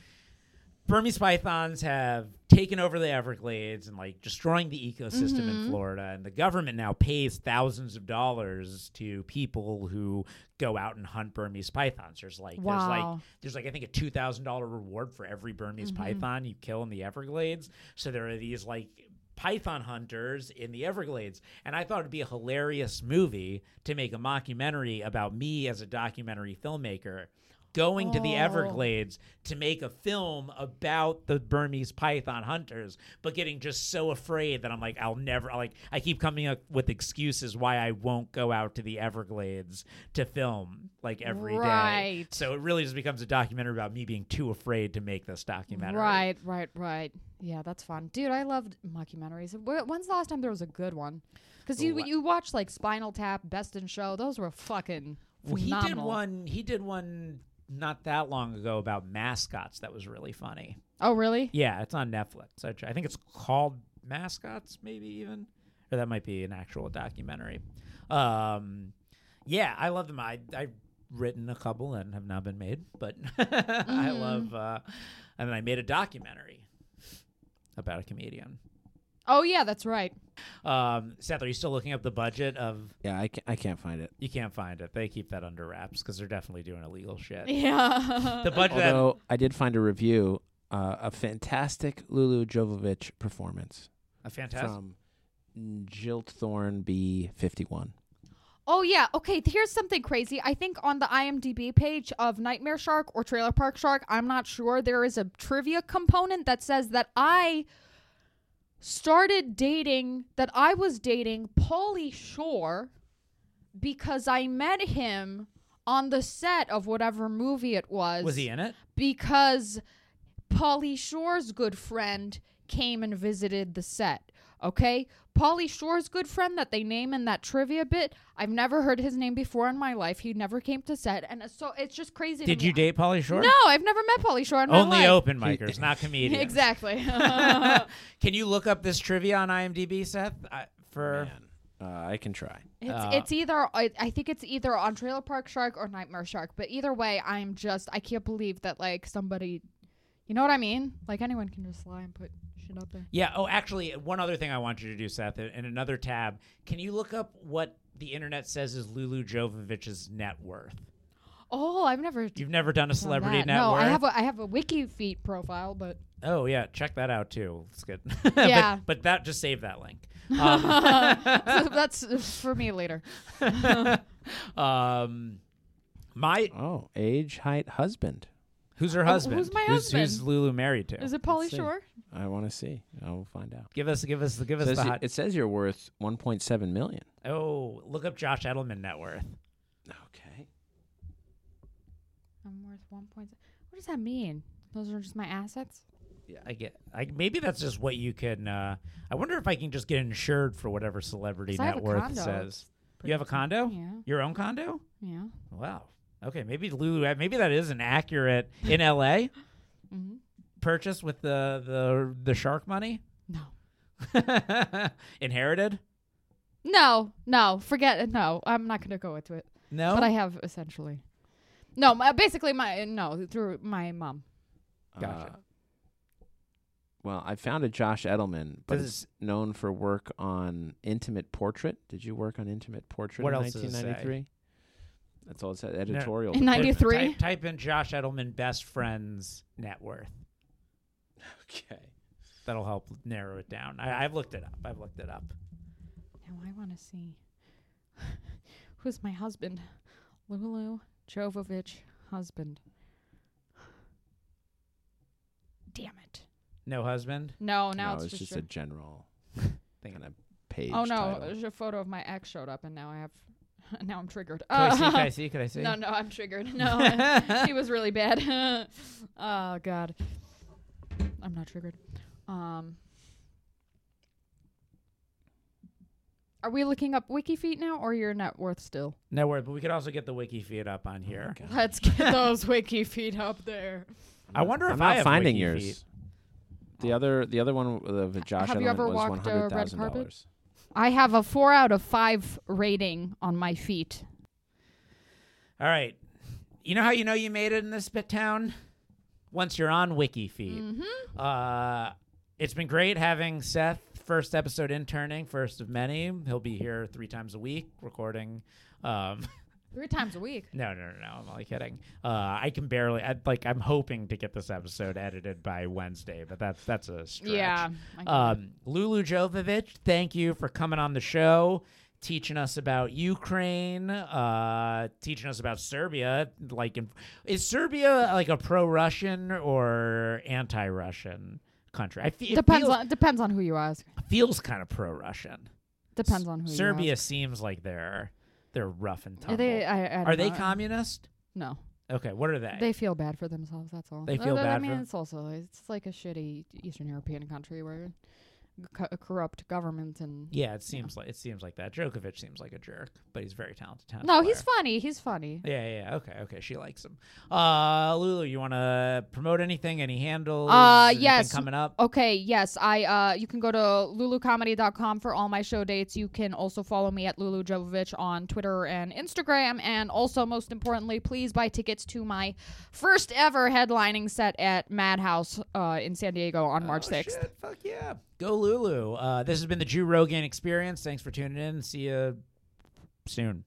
Speaker 1: Burmese pythons have taken over the Everglades and like destroying the ecosystem
Speaker 2: Mm-hmm.
Speaker 1: in Florida, and the government now pays thousands of dollars to people who go out and hunt Burmese pythons. There's like there's like
Speaker 2: Wow.
Speaker 1: there's like I think a two thousand dollar reward for every Burmese
Speaker 2: Mm-hmm.
Speaker 1: python you kill in the Everglades. So there are these like python hunters in the Everglades, and I thought it'd be a hilarious movie to make a mockumentary about me as a documentary filmmaker going to the
Speaker 2: Oh.
Speaker 1: Everglades to make a film about the Burmese python hunters, but getting just so afraid that I'm like, I'll never, I like, I keep coming up with excuses why I won't go out to the Everglades to film like every day.
Speaker 2: Right.
Speaker 1: So it really just becomes a documentary about me being too afraid to make this documentary.
Speaker 2: Right, right, right. Yeah, that's fun, dude. I loved mockumentaries. Wh- When's the last time there was a good one? Because you
Speaker 1: La-
Speaker 2: you watch like Spinal Tap, Best in Show. Those were fucking
Speaker 1: Well, he
Speaker 2: phenomenal.
Speaker 1: did one. He did one not that long ago about mascots. That was really funny.
Speaker 2: Oh, really?
Speaker 1: Yeah, it's on Netflix. I tr- I think it's called Mascots, maybe even, or that might be an actual documentary. Um, yeah, I love them. I I've written a couple and have not been made, but I
Speaker 2: Mm.
Speaker 1: love. Uh, and then I made a documentary about a comedian.
Speaker 2: Oh, yeah, that's right.
Speaker 1: Um, Seth, are you still looking up the budget of?
Speaker 3: Yeah, I can't, I can't find it.
Speaker 1: You can't find it. They keep that under wraps because they're definitely doing illegal shit.
Speaker 2: Yeah.
Speaker 1: The budget.
Speaker 3: Although I did find a review, uh, a fantastic Lulu Jovovich performance
Speaker 1: a fantastic.
Speaker 3: from Jilt Thorne B51.
Speaker 2: Oh yeah. Okay. Here's something crazy. I think on the IMDb page of Nightmare Shark or Trailer Park Shark, I'm not sure. There is a trivia component that says that I started dating, that I was dating Paulie Shore because I met him on the set of whatever movie it was.
Speaker 1: Was he in it?
Speaker 2: Because Polly Shore's good friend came and visited the set. Okay? Polly Shore's good friend that they name in that trivia bit, I've never heard his name before in my life. He never came to set. And so it's just crazy. to
Speaker 1: Did
Speaker 2: me.
Speaker 1: you date Polly Shore?
Speaker 2: No, I've never met Polly Shore in my
Speaker 1: Only
Speaker 2: life.
Speaker 1: open micers, not comedians.
Speaker 2: Exactly.
Speaker 1: Can you look up this trivia on IMDb, Seth? I, for
Speaker 3: Uh, I can try.
Speaker 2: It's,
Speaker 1: Uh.
Speaker 2: it's either I, I think it's either on Trailer Park Shark or Nightmare Shark, but either way, I'm just I can't believe that like somebody, you know what I mean? Like anyone can just lie and put shit up there.
Speaker 1: yeah. Oh, actually, one other thing I want you to do, Seth, in another tab. Can you look up what the internet says is Lulu Jovovich's net worth?
Speaker 2: Oh, I've never
Speaker 1: You've never done a
Speaker 2: done
Speaker 1: celebrity
Speaker 2: that.
Speaker 1: net
Speaker 2: No,
Speaker 1: worth.
Speaker 2: I have a I have a wiki feet profile, but
Speaker 1: oh yeah, check that out too. It's good.
Speaker 2: Yeah.
Speaker 1: But, but that just save that link. Um,
Speaker 2: so that's for me later.
Speaker 1: um, my
Speaker 3: Oh, age, height, husband.
Speaker 1: who's her husband?
Speaker 2: Oh, who's my
Speaker 1: Who's- Who's
Speaker 2: husband?
Speaker 1: Lulu married to?
Speaker 2: Is it Polly
Speaker 3: see.
Speaker 2: Shore?
Speaker 3: I want to see. I'll find out.
Speaker 1: give us give us give us
Speaker 3: Says
Speaker 1: the
Speaker 3: you-
Speaker 1: hot.
Speaker 3: it says you're worth 1.7 million.
Speaker 1: Oh, look up Josh Edelman net worth.
Speaker 3: Okay.
Speaker 2: I'm worth one point. What does that mean? Those are just my assets.
Speaker 1: I get. I, maybe that's just what you can. Uh, I wonder if I can just get insured for whatever celebrity
Speaker 2: 'Cause I have
Speaker 1: net
Speaker 2: a
Speaker 1: worth
Speaker 2: condo.
Speaker 1: says.
Speaker 2: It's
Speaker 1: You have a condo?
Speaker 2: Yeah.
Speaker 1: Your own condo?
Speaker 2: Yeah.
Speaker 1: uh, Wow. Okay. Maybe Lulu. Maybe that is an accurate in L.A.
Speaker 2: Mm-hmm.
Speaker 1: purchase with the the the shark money?
Speaker 2: No.
Speaker 1: Inherited?
Speaker 2: No, no, forget it. No, I'm not going to go into it.
Speaker 1: No.
Speaker 2: But I have essentially. No, my, basically my no through my mom.
Speaker 1: Gotcha.
Speaker 3: Uh, well, I found a Josh Edelman, but
Speaker 1: Does-
Speaker 3: it's known for work on Intimate Portrait. Did you work on Intimate Portrait
Speaker 1: What
Speaker 3: in
Speaker 1: else does it say?
Speaker 3: 1993? That's all it said. Editorial.
Speaker 2: In 93?
Speaker 1: Type, type in Josh Edelman best friends net worth.
Speaker 3: okay.
Speaker 1: That'll help narrow it down. I, I've looked it up. I've looked it up.
Speaker 2: Now I want to see who's my husband, Lulu Jovovich husband. Damn it!
Speaker 1: No husband.
Speaker 2: No, now
Speaker 3: no,
Speaker 2: it's,
Speaker 3: it's
Speaker 2: just,
Speaker 3: just
Speaker 2: your-
Speaker 3: a general
Speaker 1: Thing.
Speaker 3: kind of page.
Speaker 2: oh no,
Speaker 3: title.
Speaker 2: there's a photo of my ex showed up, and now I have now I'm triggered.
Speaker 1: Can I see? Can
Speaker 2: Uh,
Speaker 1: I see? Can I see?
Speaker 2: no, no, I'm triggered. No, he was really bad. oh God, I'm not triggered. Um, are we looking up WikiFeet now, or your net worth still?
Speaker 1: No word, but we could also get the wiki feed up
Speaker 3: Oh
Speaker 1: on here.
Speaker 2: Let's get those wiki feet up there.
Speaker 1: I wonder if
Speaker 3: I'm
Speaker 1: I
Speaker 3: not
Speaker 1: have
Speaker 3: finding
Speaker 1: wiki
Speaker 3: yours.
Speaker 1: feet.
Speaker 3: The other, the other one of Josh
Speaker 2: have you
Speaker 3: Edelman
Speaker 2: ever
Speaker 3: was one
Speaker 2: walked a
Speaker 3: hundred
Speaker 2: red
Speaker 3: thousand
Speaker 2: carpet?
Speaker 3: dollars.
Speaker 2: I have a four out of five rating on my feet.
Speaker 1: All right. You know how you know you made it in this bit town? Once you're on wiki feed.
Speaker 2: Mm-hmm.
Speaker 1: Uh, it's been great having Seth, first episode interning, first of many. He'll be here three times a week recording. Um,
Speaker 2: Three times a week.
Speaker 1: no, no, no, no. I'm only kidding. Uh, I can barely. I, like, I'm hoping to get this episode edited by Wednesday, but that's that's a stretch.
Speaker 2: Yeah. I get it.
Speaker 1: Um, Lulu Jovovich, thank you for coming on the show, teaching us about Ukraine, uh, teaching us about Serbia. Like, in, is Serbia like a pro-Russian or anti-Russian country? I feel
Speaker 2: depends
Speaker 1: feels,
Speaker 2: on depends on who you ask.
Speaker 1: feels kind of pro-Russian.
Speaker 2: Depends on who
Speaker 1: Serbia
Speaker 2: you
Speaker 1: seems like they're they're rough and
Speaker 2: ask. Are
Speaker 1: tumble.
Speaker 2: they? I, I don't
Speaker 1: Are they
Speaker 2: know.
Speaker 1: communist?
Speaker 2: No,
Speaker 1: Okay, what are they?
Speaker 2: they feel bad for themselves. That's all.
Speaker 1: They feel
Speaker 2: Although, I
Speaker 1: bad
Speaker 2: mean,
Speaker 1: for-
Speaker 2: it's also it's like a shitty Eastern European country where co- a corrupt government and
Speaker 1: yeah, it seems like it seems like that. Djokovic seems like a jerk, but he's a very talented. tennis
Speaker 2: no, he's
Speaker 1: player.
Speaker 2: funny. He's funny.
Speaker 1: Yeah, yeah, yeah. Okay, okay. She likes him. Uh, Lulu, you want to promote anything? Any handles?
Speaker 2: Uh,
Speaker 1: anything
Speaker 2: yes.
Speaker 1: Coming up.
Speaker 2: Okay, yes, I uh you can go to lulucomedy.com for all my show dates. You can also follow me at Lulu Jovovich on Twitter and Instagram and also most importantly, please buy tickets to my first ever headlining set at Madhouse uh in San Diego
Speaker 1: Oh,
Speaker 2: on March 6th.
Speaker 1: Shit, fuck yeah. Go Lulu. Uh, this has been the Jew Rogan Experience. Thanks for tuning in. See you soon.